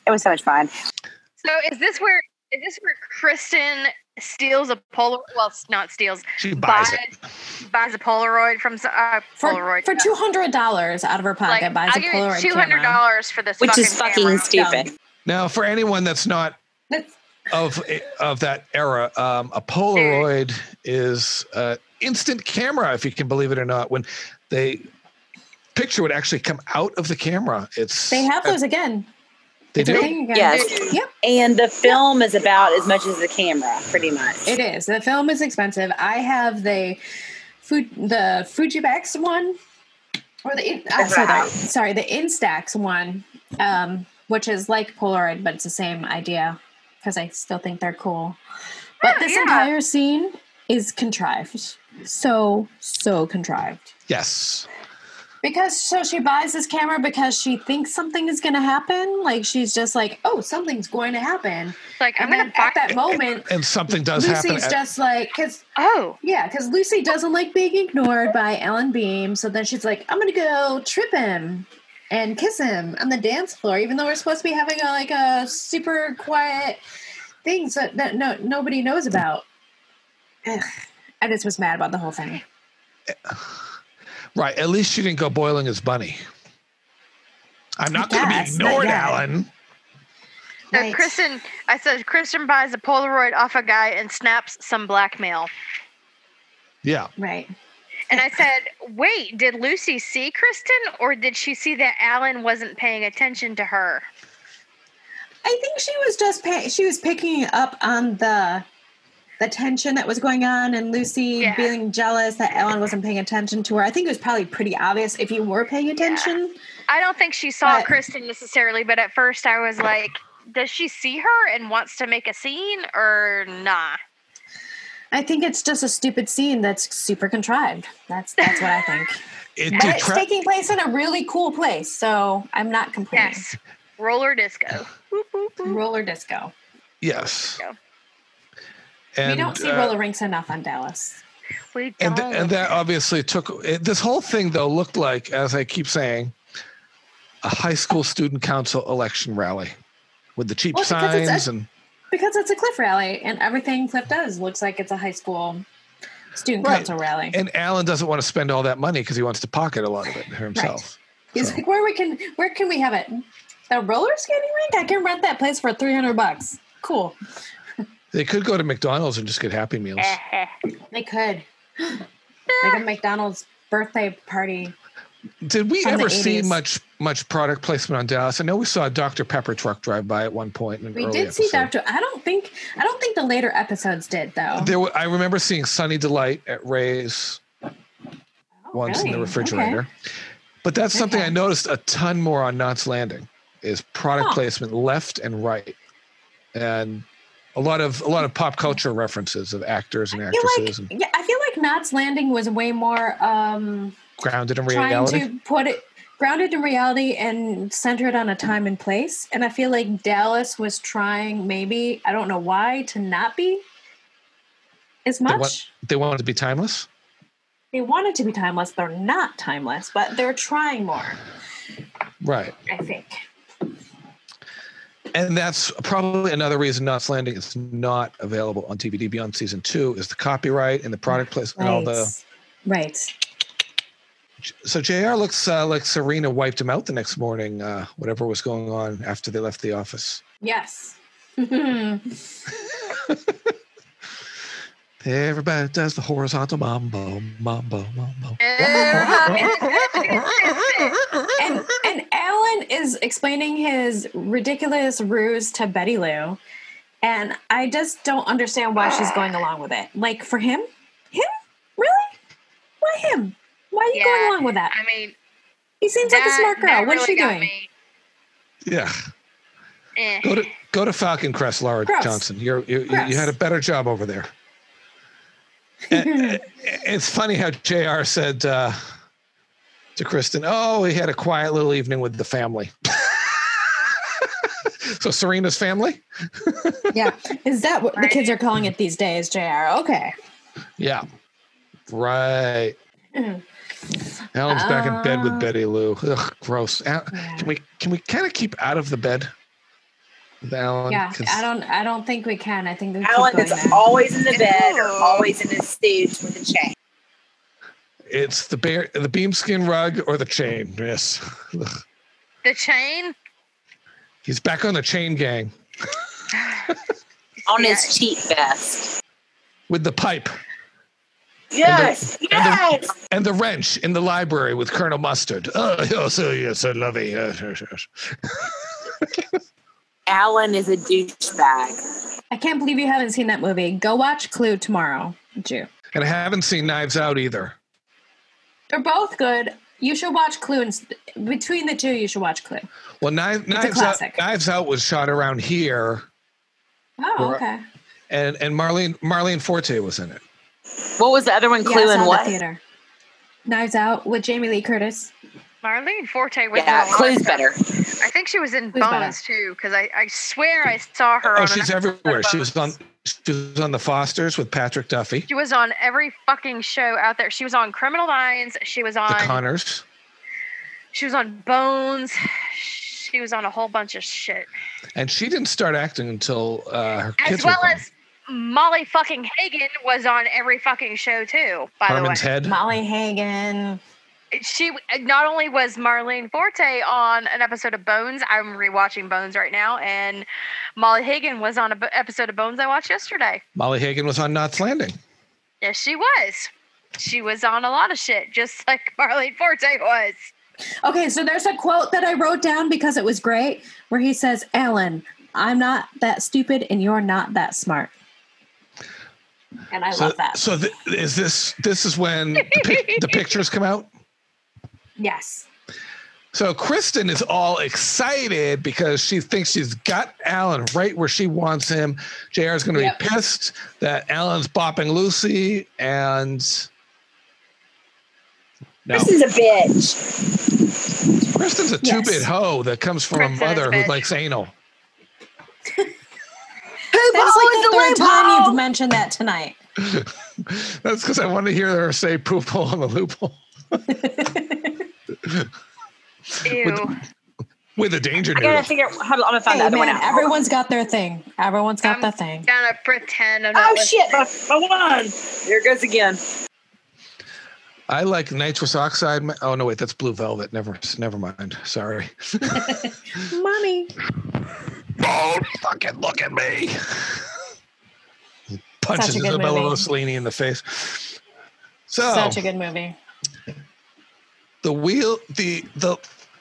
S8: It was so much fun.
S7: So is this where is this where Kristen steals a Polaroid? Well, it's not steals.
S6: She buys it.
S7: buys a Polaroid from s- uh,
S4: For,
S7: Polaroid.
S4: for two hundred dollars out of her pocket,
S7: like,
S4: buys
S7: I'll
S4: a
S7: give
S4: Polaroid
S7: you two hundred
S4: camera.
S7: dollars for this,
S8: which
S7: fucking
S8: is fucking
S7: camera.
S8: stupid.
S6: Now, for anyone that's not
S4: That's-
S6: of of that era, um, a Polaroid is uh, instant camera, if you can believe it or not. When they picture would actually come out of the camera, it's
S4: They have those again.
S6: Uh, They
S4: It's a
S6: do.
S4: thing again.
S8: Yes.
S4: Yep.
S8: And the film is about as much as the camera, pretty much.
S4: It is. The film is expensive. I have the food, the Fujibex one, or the in- uh, sorry, the- sorry, the Instax one, um, which is like Polaroid, but it's the same idea because I still think they're cool. But
S7: Oh,
S4: this
S7: yeah.
S4: entire scene is contrived. So so contrived.
S6: Yes,
S4: Because so she buys this camera because she thinks something is going to happen. Like she's just like, oh, something's going to happen.
S7: Like I'm
S4: And
S7: gonna
S4: then
S7: buy
S4: at that moment,
S6: and something does happen.
S4: Lucy's
S6: at-
S4: just like, because
S7: Oh,
S4: yeah, because Lucy doesn't like being ignored by Alan Beam. So then she's like, I'm going to go trip him and kiss him on the dance floor, even though we're supposed to be having a, like a super quiet thing so that no, nobody knows about. Ugh. I just was mad about the whole thing.
S6: right. At least she didn't go boiling his bunny. I'm not going to be
S4: guess, but
S6: ignored,
S4: yeah.
S6: Alan.
S7: so
S4: Right.
S7: Kristen, I said Kristen buys a Polaroid off a guy and snaps some blackmail.
S6: Yeah,
S4: Right.
S7: And I said, wait, did Lucy see Kristen, or did she see that Alan wasn't paying attention to her?
S4: I think she was just pay- she was picking up on the the tension that was going on and Lucy
S7: Yeah.
S4: being jealous that Ellen wasn't paying attention to her. I think it was probably pretty obvious if you were paying attention.
S7: I don't think she saw
S4: But-
S7: Kristen necessarily, but at first I was like, does she see her and wants to make a scene or nah?
S4: I think it's just a stupid scene that's super contrived. That's that's what I think.
S6: it
S4: but it's
S6: detract-
S4: taking place in a really cool place, so I'm not complaining. Mm-hmm.
S7: Yes. Roller disco. Boop, boop, boop.
S4: Roller disco.
S6: Yes.
S7: Yeah.
S6: And,
S4: we don't see
S6: uh,
S4: roller rinks enough on Dallas.
S7: We
S6: and
S7: don't.
S6: th- and that obviously took it, this whole thing though looked like as i keep saying a high school student council election rally with the cheap
S4: Well, because it's a-
S6: signs and
S4: Because it's a cliff rally and everything Cliff does looks like it's a high school student
S6: Right.
S4: council rally.
S6: and alan doesn't want to spend all that money because he wants to pocket a lot of it himself
S4: He's
S6: So-
S4: like, where we can, where can we have it? The roller skating rink. I can rent that place for three hundred bucks. Cool.
S6: they could go to mcdonald's and just get happy meals
S4: Eh. They could like a McDonald's birthday party.
S6: did we
S4: From the
S6: ever see
S4: 80s.
S6: much much product placement on dallas i know we saw a dr pepper truck drive by at one point in an
S4: We
S6: early
S4: did see
S6: episode.
S4: Doctor. I don't think, I don't think the later episodes did though.
S6: there were, i remember seeing sunny delight at ray's once in the
S4: Oh, really?
S6: refrigerator. But that's something I
S4: Okay.
S6: noticed a ton more on Knott's Landing is product
S4: Huh.
S6: placement left and right. And a lot of a lot of pop culture references of actors and
S4: I feel
S6: actresses
S4: like,
S6: and
S4: yeah, I feel like Knott's Landing was way more um,
S6: grounded in
S4: trying
S6: reality.
S4: to put it grounded in reality and centered on a time and place. And I feel like Dallas was trying, maybe I don't know why, to not be as
S6: They,
S4: much.
S6: want, they wanted to be timeless.
S4: they wanted to be timeless. They're not timeless, but they're trying more,
S6: Right.
S4: I think.
S6: And that's probably another reason Knott's Landing is not available on DVD beyond season two is the copyright and the product
S4: Ah,
S6: placement and all the
S4: right.
S6: so JR looks uh, like Serena wiped him out the next morning, uh, whatever was going on after they left the office.
S4: Yes.
S6: Everybody does the horizontal mambo, mambo, mambo.
S4: and and Alan is explaining his ridiculous ruse to Betty Lou, and I just don't understand why she's going along with it. Like for him, him really? Why him? Why are you
S7: Yeah,
S4: going along with that?
S7: I mean,
S4: He seems like a
S7: that-
S4: smart
S7: that
S4: girl. What is
S7: really
S4: she
S7: got
S4: doing?
S7: me.
S6: Yeah,
S7: Eh.
S6: go to go to Falcon Crest, Laura
S4: Gross.
S6: Johnson. You're, you you
S4: Gross.
S6: you had a better job over there. And- it's funny how Jr. said uh, to Kristen, "Oh, he had a quiet little evening with the family." so Serena's family.
S4: yeah, is that what the kids are calling it these days? Jr. Okay.
S6: Yeah. Right.
S4: Mm.
S6: Alan's back in bed
S4: Uh,
S6: with Betty Lou. Ugh, gross. Al- Can we can we kind of keep out of the bed? With Alan.
S4: Yeah,
S6: 'Cause-
S4: I don't. I don't think we can. I think we keep
S8: Alan
S4: going
S8: is
S4: there.
S8: always in the bed or always in his suit with a chain.
S6: It's the bear, the beamskin rug, or the chain. Yes. Ugh.
S7: The chain?
S6: He's back on the chain gang
S8: On his cheap vest.
S6: with the pipe
S8: Yes. yes.
S6: and the wrench in the library with Colonel Mustard. Oh, yes, oh, yes, I love it. Yes, yes, yes.
S8: Alan is a douchebag.
S4: I can't believe you haven't seen that movie. Go watch Clue tomorrow, Jew.
S6: And I haven't seen Knives Out either.
S4: They're both good. You should watch Clue. And s- between the two, you should watch Clue.
S6: Well, Knives, Knives, Out,
S4: classic.
S6: Knives Out was shot around here,
S4: Oh,
S6: Or-
S4: okay.
S6: and and Marlene Marlene Forte was in it.
S8: What was the other one? Clue
S4: I saw
S8: and
S4: the
S8: what?
S4: theater. Knives Out with Jamie Lee Curtis.
S7: Marlene Forte was
S8: Yeah,
S7: in a lot of
S8: Clue's
S7: stuff.
S8: better.
S7: I think she was in
S4: Clue's better.
S7: Bones too, because I, I swear I saw her.
S6: Oh,
S7: on
S6: she's
S7: an episode of
S6: everywhere. She was on
S7: Bones.
S6: she was on The Fosters with Patrick Duffy,
S7: She was on every fucking show out there. She was on Criminal Minds. She was
S6: The
S7: on.
S6: Connors,
S7: she was on Bones. She was on a whole bunch of shit,
S6: and she didn't start acting until uh, her
S7: as
S6: kids
S7: well
S6: were born.
S7: as Molly fucking Hagan was on every fucking show too. By
S6: Harmon's
S7: the way,
S6: Head.
S4: Molly Hagan.
S7: she not only was Marlene Forte on an episode of Bones. I'm rewatching Bones right now, and Molly Hagan was on an episode of Bones I watched yesterday.
S6: Molly Hagan was on Knots Landing.
S7: Yes, she was. She was on a lot of shit, just like Marlene Forte was.
S4: Okay, so there's a quote that I wrote down because it was great where he says, Alan, I'm not that stupid and you're not that smart. And I
S6: so
S4: love that.
S6: so th- is this this is when the, pic- the pictures come out?
S4: Yes.
S6: So Kristen is all excited because she thinks she's got Alan right where she wants him. JR is going to
S4: Yep.
S6: be pissed that Alan's bopping Lucy and no,
S8: a bitch.
S6: Kristen's a
S4: Yes.
S6: two-bit hoe that comes from
S7: Kristen's
S6: a mother who
S7: bitch.
S6: likes anal.
S4: That's like the third time you've mentioned that tonight.
S6: That's because I want to hear her say "poop hole on the loophole"
S7: Ew.
S6: with a danger
S8: I gotta
S6: noodle.
S8: figure out how to, I'm gonna find
S4: Hey,
S8: the other
S4: man,
S8: one out.
S4: everyone's got their thing. Everyone's got
S7: Um,
S4: their thing.
S7: Gonna pretend I'm not
S8: oh
S7: listening.
S8: shit, my, my one. There it goes again.
S6: I like nitrous oxide. ma- Oh no, wait, that's blue velvet. Never, never mind. Sorry.
S4: Mommy.
S6: Don't fucking look at me.
S4: Such
S6: Punches
S4: a good
S6: Isabella
S4: movie.
S6: Rossellini in the face. So
S4: Such a good movie.
S6: the wheel the the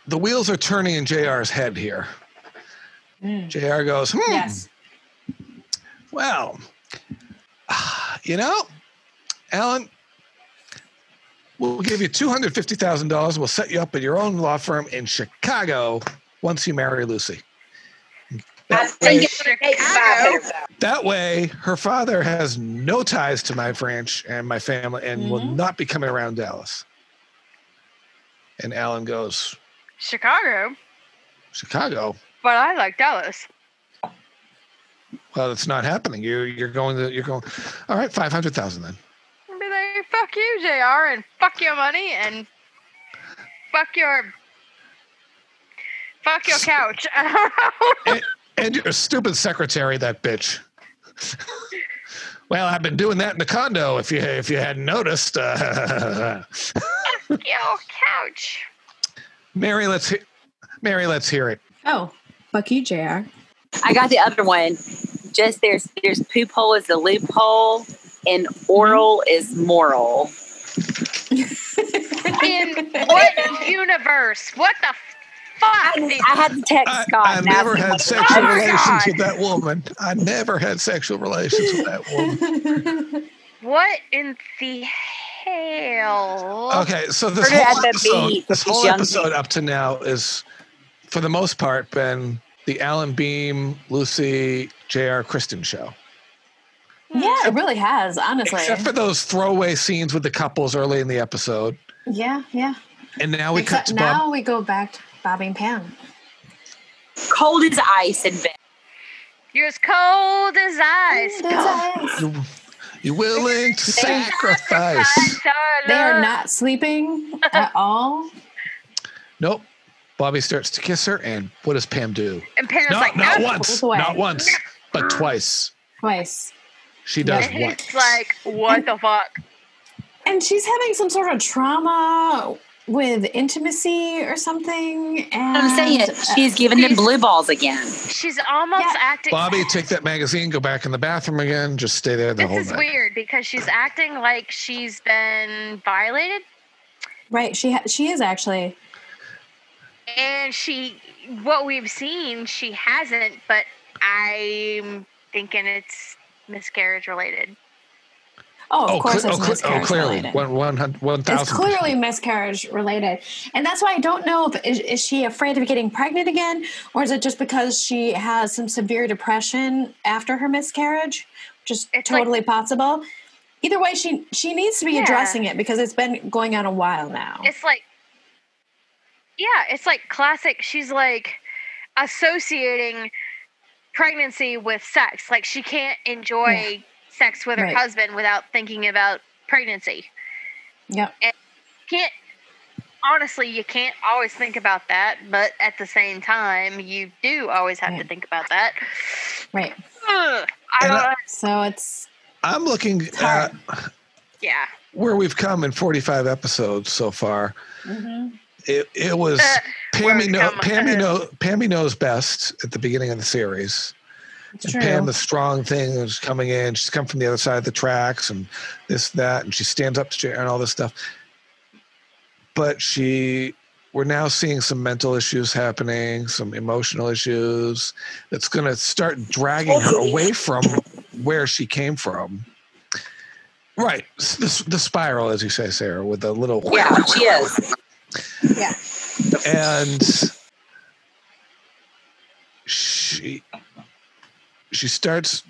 S6: the wheels are turning in JR's head here.
S4: Mm.
S6: JR goes, hmm,
S4: Yes.
S6: well, ah, you know, Alan, we'll give you $250,000. We'll set you up at your own law firm in Chicago once you marry Lucy.
S8: I think it's gonna take
S7: Chicago.
S8: five though.
S6: That way, her father has no ties to my branch and my family and will
S7: Mm-hmm.
S6: not be coming around Dallas. And Alan goes,
S7: Chicago,
S6: Chicago?
S7: but I like Dallas.
S6: Well, that's not happening. You, you're going to, you're going, all right, 500,000 then.
S7: I'd be like, fuck you, JR, and fuck your money, and fuck your. Fuck your couch. I don't know.
S6: And, and your stupid secretary, that bitch. well, I've been doing that in the condo if you, if you hadn't noticed. Uh,
S7: Fuck your couch.
S6: Mary, let's, he- Mary, let's hear it.
S4: Oh, fuck you, JR.
S8: I got the other one. Just there's there's poop hole is the loophole. and oral is moral.
S7: In what universe? What the fuck? dude?
S8: I had to text
S6: I,
S8: Scott.
S6: I
S8: and ask
S6: never
S8: him
S6: had
S8: what it
S6: sexual
S7: Oh my
S8: was.
S6: relations
S7: God.
S6: with that woman. I never had sexual relations with that woman.
S7: What in the hell?
S4: Uh,
S6: Okay, so this
S8: Murder
S6: whole
S8: at the
S6: episode,
S8: Beach,
S6: this whole
S8: Young
S6: episode up to now is, for the most part, been the Alan Beam, Lucy, J.R. Kristen show.
S4: Yeah, it really has, honestly.
S6: Except for those throwaway scenes with the couples early in the episode,
S4: yeah, yeah.
S6: and now we cut
S4: Except
S6: to
S4: now
S6: Bob.
S4: we go back to Bobby and Pam.
S8: Cold as ice in bed.
S7: You're as cold as ice.
S6: You, you willing to sacrifice?
S4: They are not sleeping at all.
S6: Nope. Bobby starts to kiss her, and what does Pam do?
S7: And Pam's
S6: No,
S7: like,
S6: not
S7: no.
S6: once,
S4: Pulls away.
S6: not once, but twice.
S4: Twice.
S6: She does
S7: And
S6: once.
S7: he's like, what the fuck?
S4: And she's having some sort of trauma with intimacy or something. And uh,
S8: I'm saying she's giving them blue balls again.
S7: She's almost
S4: Yeah.
S7: acting.
S6: Bobby, take that magazine, go back in the bathroom again, just stay there the
S7: this
S6: whole
S7: is
S6: night.
S7: weird because she's acting like she's been violated
S4: right. She ha- she is actually
S7: and she what we've seen she hasn't but i'm thinking it's miscarriage related
S4: Oh, of
S6: Oh,
S4: course,
S6: cle-
S4: it's
S6: oh, cle- oh,
S4: miscarriage
S6: clearly,
S4: related.
S6: one, one, hun- one
S4: It's
S6: thousand.
S4: clearly miscarriage related, and that's why I don't know if is, is she afraid of getting pregnant again, or is it just because she has some severe depression after her miscarriage, which is
S7: It's like-
S4: totally possible. Either way, she she needs to be
S7: Yeah.
S4: addressing it because it's been going on a while now.
S7: it's like yeah it's like classic she's like associating pregnancy with sex like she can't enjoy sex with her
S4: Right.
S7: husband without thinking about pregnancy
S4: yep.
S7: can't honestly you can't always think about that but at the same time you do always have to
S4: Right.
S7: think about that
S4: Right.
S7: Ugh, i
S6: And
S7: don't
S6: I-
S7: know.
S4: So it's
S6: I'm looking at
S4: hard.
S7: yeah
S6: where we've come in 45 episodes so far.
S4: Mm-hmm.
S6: It, it was
S7: Uh,
S6: Pammy,
S7: word
S6: know,
S7: come-
S6: Pammy,
S7: uh.
S6: know, Pammy knows best at the beginning of the series.
S4: it's
S6: And
S4: true.
S6: Pam, the strong thing, is coming in. She's come from the other side of the tracks and this, that, and she stands up to Jer- and all this stuff. But she, we're now seeing some mental issues happening, some emotional issues that's going to start dragging her away from where she came from. Right, s- the, s- the spiral, as you say, Sarah, with the little
S8: Yeah, she is.
S6: and she she starts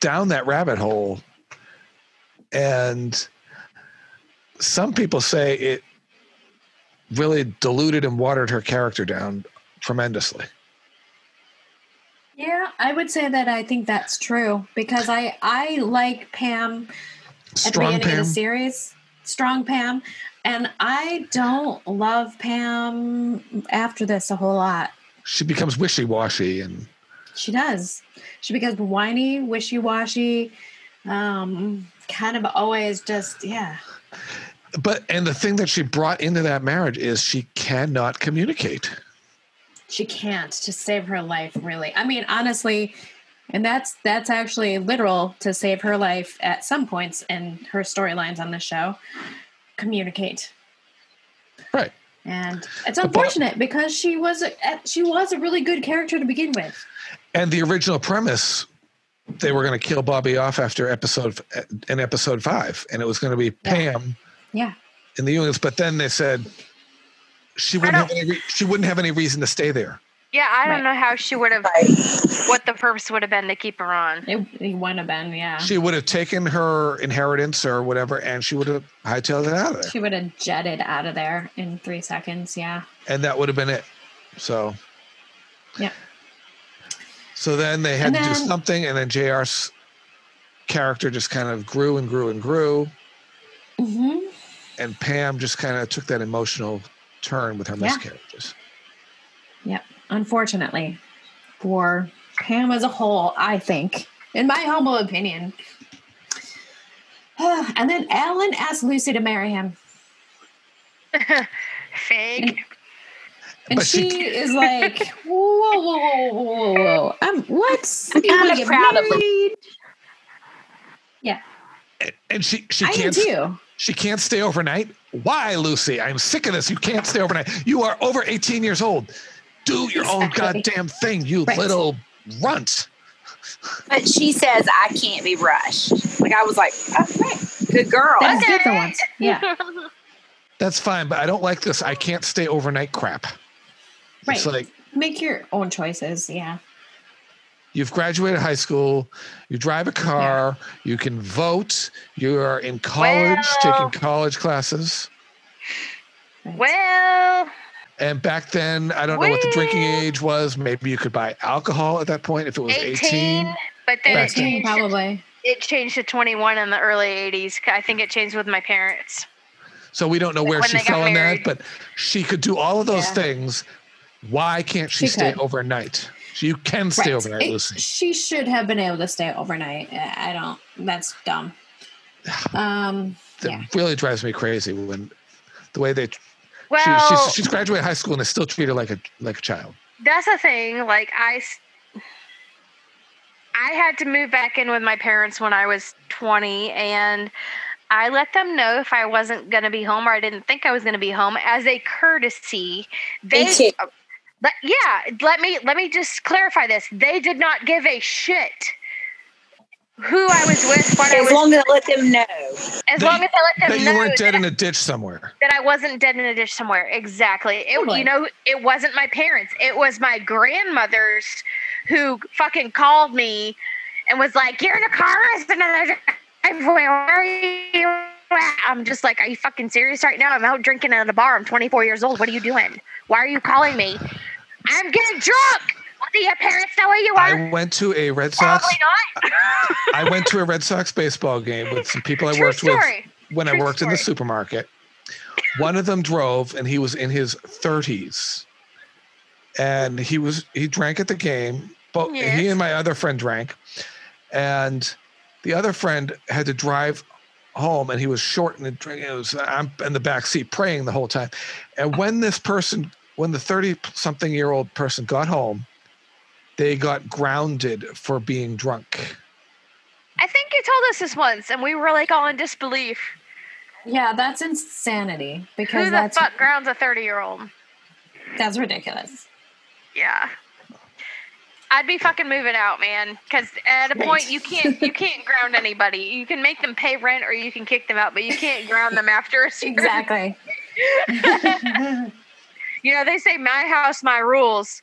S6: down that rabbit hole and some people say it really diluted and watered her character down tremendously
S4: yeah, I would say that I think that's true because I I like Pam at the
S6: strong
S4: beginning
S6: pam
S4: of the series. Strong Pam. And I don't love Pam after this a whole lot.
S6: she becomes wishy-washy and
S4: She does. She becomes whiny, wishy washy, um, kind of always just, yeah.
S6: but and the thing that she brought into that marriage is she cannot communicate
S4: She can't to save her life, really. I mean, honestly, and that's that's actually literal to save her life at some points in her storylines on the show. Communicate.
S6: right
S4: And it's unfortunate because she was a, she was a really good character to begin with.
S6: and the original premise they were going to kill bobby off after episode in episode five and it was going to be pam
S4: Yeah.
S6: in the unions but then they said she wouldn't have
S7: don't-
S6: any re- she wouldn't have any reason to stay there
S7: yeah i don't know how she would have what the purpose would have been to keep her on
S4: It, it wouldn't have been, yeah. She,
S6: she would have taken her inheritance or whatever and she would have hightailed it out of there
S4: would have jetted out of there in three seconds, yeah.
S6: and that would have been it so
S4: Yeah.
S6: so then they had
S4: And
S6: to do
S4: then-
S6: something and then jr's character just kind of grew and grew and grew
S4: hmm
S6: and pam just kind of took that emotional turn with her
S4: Yeah.
S6: miscarriages
S4: Yep. Unfortunately, for Pam as a whole, I think, in my humble opinion. and then Alan asked Lucy to marry him.
S7: fake
S4: And
S6: But
S4: she,
S6: she-
S4: is like, whoa, whoa, whoa, whoa, whoa, Um, whoa. I'm, what?
S8: I'm
S4: You wanna
S8: kind of
S4: get
S8: proud of
S4: married? Yeah.
S6: and she she
S4: I do
S6: can't
S4: too.
S6: she can't stay overnight. Why, Lucy? I'm sick of this. You can't stay overnight. You are over 18 years old. Do your own
S4: Exactly.
S6: goddamn thing, you
S4: Right.
S6: little runt.
S8: But she says I can't be rushed. Like I was like, okay, good girl.
S4: That's good for
S7: Okay.
S4: once. Yeah.
S6: That's fine, but I don't like this. I can't stay overnight crap.
S4: Right.
S6: It's like
S4: Make your own choices. Yeah.
S6: you've graduated high school, you drive a car, you can vote, you are in college,
S7: Well-
S6: taking college classes.
S4: Right.
S7: well,
S6: And back then, I don't know what the drinking
S7: Well-
S6: age was. Maybe you could buy alcohol at that point if it was 18.
S7: 18, but then
S6: Back
S7: it
S4: Teen,
S6: then.
S7: changed, to-
S4: probably.
S7: it changed to 21 in the early 80s. I think it changed with my parents.
S6: So we don't know where
S7: When
S6: she
S7: they got
S6: fell in that,
S7: married.
S6: but she could do all of those
S4: Yeah.
S6: things. Why can't she,
S4: She
S6: stay
S4: could.
S6: overnight? You can stay
S4: Right.
S6: overnight,
S4: It-
S6: Lucy.
S4: She should have been able to stay overnight. I I don't. That's dumb. Um.
S6: That
S4: Yeah.
S6: really drives me crazy when the way they
S7: Well,
S6: she, she's, she's graduated high school and they still treat her like a like a child.
S7: that's the thing. Like I, s- I had to move back in with my parents when I was 20, and I let them know if I wasn't going to be home or I didn't think I was going to be home as a courtesy. They
S8: too.
S7: Let- yeah, let me let me just clarify this. They did not give a shit who I was with, what I
S8: As
S7: was,
S8: long as I let them know.
S7: as
S6: that-
S7: long as I let
S6: That
S7: them
S6: you
S7: know
S6: weren't dead in a ditch somewhere.
S7: that I wasn't dead in a ditch somewhere. Exactly. It,
S4: Totally.
S7: You know, it wasn't my parents. It was my grandmother's who fucking called me and was like, "You're in a car accident. Where are you?" at?" I'm just like, "Are you fucking serious right now? I'm out drinking at a bar. I'm 24 years old. What are you doing? Why are you calling me? I'm getting drunk. Do your parents know where you are?
S6: I went to a Red Sox.
S7: Probably not.
S6: I went to a Red Sox baseball game with some people I
S7: True
S6: worked with
S7: story.
S6: when I
S7: True
S6: worked in the
S7: story.
S6: supermarket. One of them drove and he was in his 30s. And he was he drank at the game. But he
S7: Yes.
S6: and my other friend drank. And the other friend had to drive home and he was short and drinking. It was I'm in the back seat praying the whole time. And when this person, when the 30 something year old person got home, they got grounded for being drunk.
S7: I think you told us this once, and we were like all in disbelief.
S4: Yeah, that's insanity
S7: Who
S4: because
S7: the
S4: that's
S7: fuck grounds a 30 year old?
S4: that's ridiculous.
S7: Yeah. I'd be fucking moving out, man. Because at a point,
S4: Right.
S7: you can't you can't ground anybody. You can make them pay rent, or you can kick them out, but you can't ground them after. a certain-
S4: Exactly.
S7: You know, they say my house, my rules,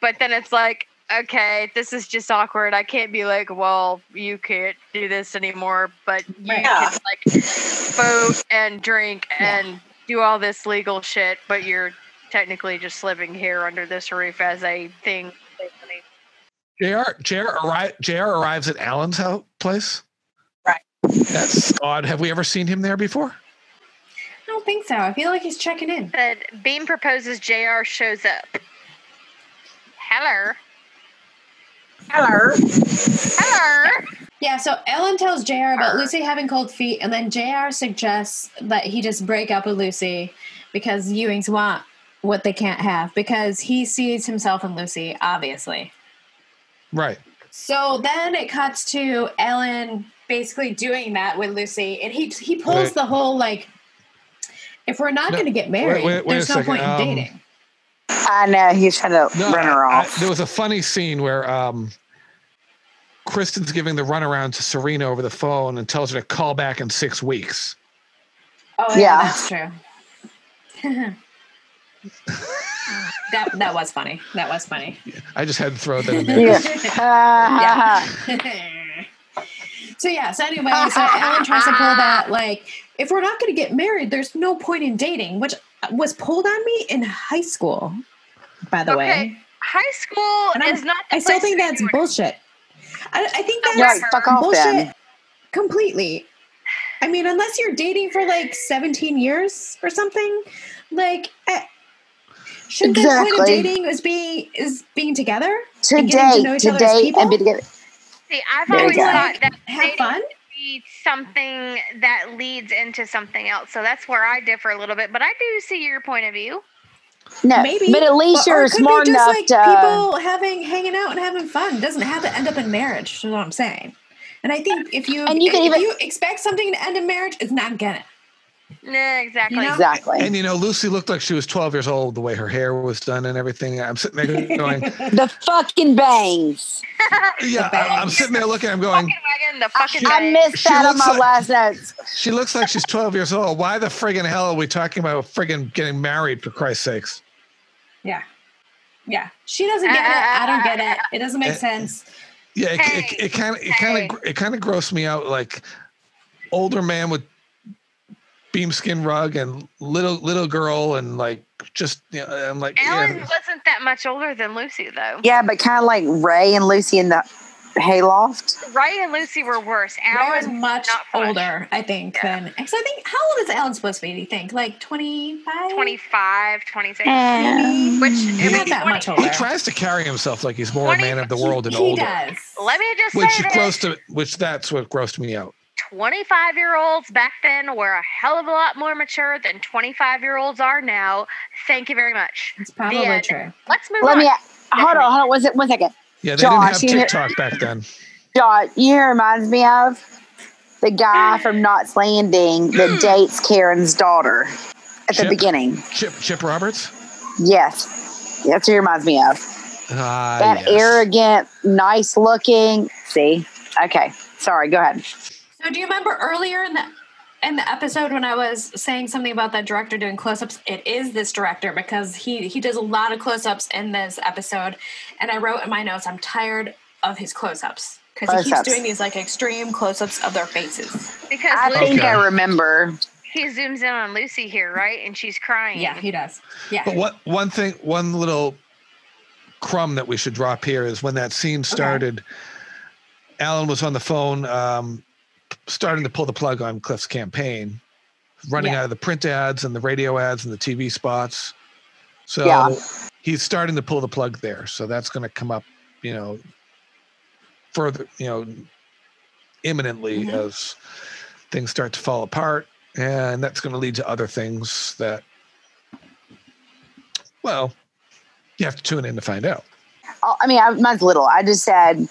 S7: but then it's like, okay, this is just awkward. I can't be like, well, you can't do this anymore, but you
S4: Right.
S7: can like vote and drink
S4: Ah. Yeah.
S7: and do all this legal shit, but you're technically just living here under this roof as a thing.
S6: JR, JR, arri- JR arrives at Alan's house place.
S8: Right.
S6: That's odd. Have we ever seen him there before?
S4: I don't think so. I feel like he's checking in.
S7: said Beam proposes JR shows up. Hello.
S8: Hello.
S7: Hello.
S4: Yeah, so Ellen tells JR about
S7: Arr.
S4: Lucy having cold feet, and then JR suggests that he just break up with Lucy because Ewings want what they can't have because he sees himself in Lucy, obviously.
S6: Right.
S4: So then it cuts to Ellen basically doing that with Lucy, and he he pulls
S6: Wait.
S4: the whole like, if we're not
S6: No,
S4: going to get married,
S6: wait- wait a
S4: there's no
S6: second,
S4: point in
S6: um,
S4: dating.
S5: I know he's trying to run her
S6: I- I-
S5: off.
S6: there was a funny scene where um, Kristen's giving the runaround to Serena over the phone and tells her to call back in six weeks.
S4: Oh yeah,
S5: Yeah.
S4: that's true. that that was funny. That was funny.
S6: I just had to throw that in there.
S5: yeah. yeah.
S4: so yeah. So anyway, so Ellen tries to pull that like, if we're not going to get married, there's no point in dating, which was pulled on me in high school. By the way,
S7: Okay. High school
S4: And I'm-
S7: is not. The
S4: I still
S7: place
S4: think
S7: to be
S4: that's
S7: doing it.
S4: bullshit. I, I think that's
S5: Right, fuck off
S4: bullshit
S5: then.
S4: completely. I mean, unless you're dating for like 17 years or something, like I, shouldn't the point
S5: Exactly.
S4: of dating is being is being together?
S5: To
S4: And getting to
S5: date,
S4: know each
S5: to
S4: other as
S5: date,
S4: people?
S5: and be together.
S7: See, I've
S5: There you
S7: always
S5: go.
S7: thought that
S4: Have
S7: dating
S4: fun.
S7: should be something that leads into something else. So that's where I differ a little bit, but I do see your point of view.
S5: No,
S4: Maybe,
S5: but at least
S4: But- or
S5: you're
S4: it could be
S5: smart
S4: just
S5: enough
S4: like
S5: to.
S4: people having hanging out and having fun. It doesn't have to end up in marriage. Is what I'm saying. And I think if you
S11: And you
S4: if
S11: can even-
S4: you expect something to end in marriage, it's not gonna.
S10: Nah, exactly.
S4: You know?
S8: Exactly.
S6: And you know, Lucy looked like she was 12 years old the way her hair was done and everything. I'm sitting there going,
S8: The fucking bangs.
S6: yeah, I, am sitting there looking. I'm going,
S10: Fucking wagon, the fucking
S8: I
S10: thing.
S8: missed
S6: She
S8: that on
S6: looks
S8: my last
S6: like-
S8: notes.
S6: she looks like she's 12 years old. Why the friggin' hell are we talking about friggin' getting married for Christ's sakes?
S4: Yeah. Yeah. She doesn't
S10: Uh,
S4: get it. I don't get it. It doesn't make
S6: Uh,
S4: sense.
S6: Yeah, it-
S10: Hey,
S6: it kind of it kind of it kind of grossed me out. Like older man with beam skin rug and little little girl and like just you know, I'm like
S10: Ellen
S6: yeah,
S10: wasn't that much older than Lucy though.
S8: Yeah, but kind of like Ray and Lucy in the hayloft.
S10: Ray and Lucy were worse.
S4: Ray was
S10: Alan
S4: much
S10: not fun.
S4: older, I think, than because I think how old is Alan supposed to be, do you think? Like 25?
S10: 25, 26.
S4: Eh.
S8: And
S10: which
S6: He's
S10: it was
S4: not that much
S10: 20.
S4: older.
S6: he tries to carry himself like he's more a
S10: Twenty-
S6: man of the world and
S4: he
S6: older,
S4: does.
S10: Let me just
S6: which
S10: say this:
S6: grossed which that's what grossed me out.
S10: 25 year olds back then were a hell of a lot more mature than 25 year olds are now. Thank you very much.
S4: It's probably
S10: Yeah,
S4: true.
S10: Let's move
S8: let
S10: on.
S8: me hold on, hold on, one sec- one second.
S6: Yeah, they
S8: Josh, you
S6: didn't
S8: know-
S6: have TikTok back then.
S8: John, you know who reminds me of the guy from Knots Landing that dates Karen's daughter at the
S6: Mm. Chip?
S8: beginning.
S6: Chip Chip Roberts.
S8: Yes. That's who he reminds me of.
S6: Ah,
S8: That
S6: yes.
S8: arrogant, nice looking. See? Okay. Sorry, go ahead.
S4: So do you remember earlier in the in the episode when I was saying something about that director doing close-ups? It is this director because he he does a lot of close-ups in this episode. And I wrote in my notes, I'm tired of his close-ups. Because he keeps
S8: Close-ups.
S4: doing these like extreme close-ups of their faces.
S10: because
S8: I
S10: Lucy,
S8: think
S6: Okay.
S8: I remember.
S10: he zooms in on Lucy here, right? And she's crying.
S4: Yeah, he does. Yeah.
S6: But what one thing, one little crumb that we should drop here is when that scene started, Alan was on the phone, um, starting to pull the plug on Cliff's campaign, running
S4: Yeah.
S6: out of the print ads and the radio ads and the TV spots. So
S8: Yeah.
S6: he's starting to pull the plug there. So that's going to come up, you know, further, you know, imminently as things start to fall apart. And that's going to lead to other things that well, you have to tune in to find out.
S8: Oh, I mean, I, mine's little. I just said,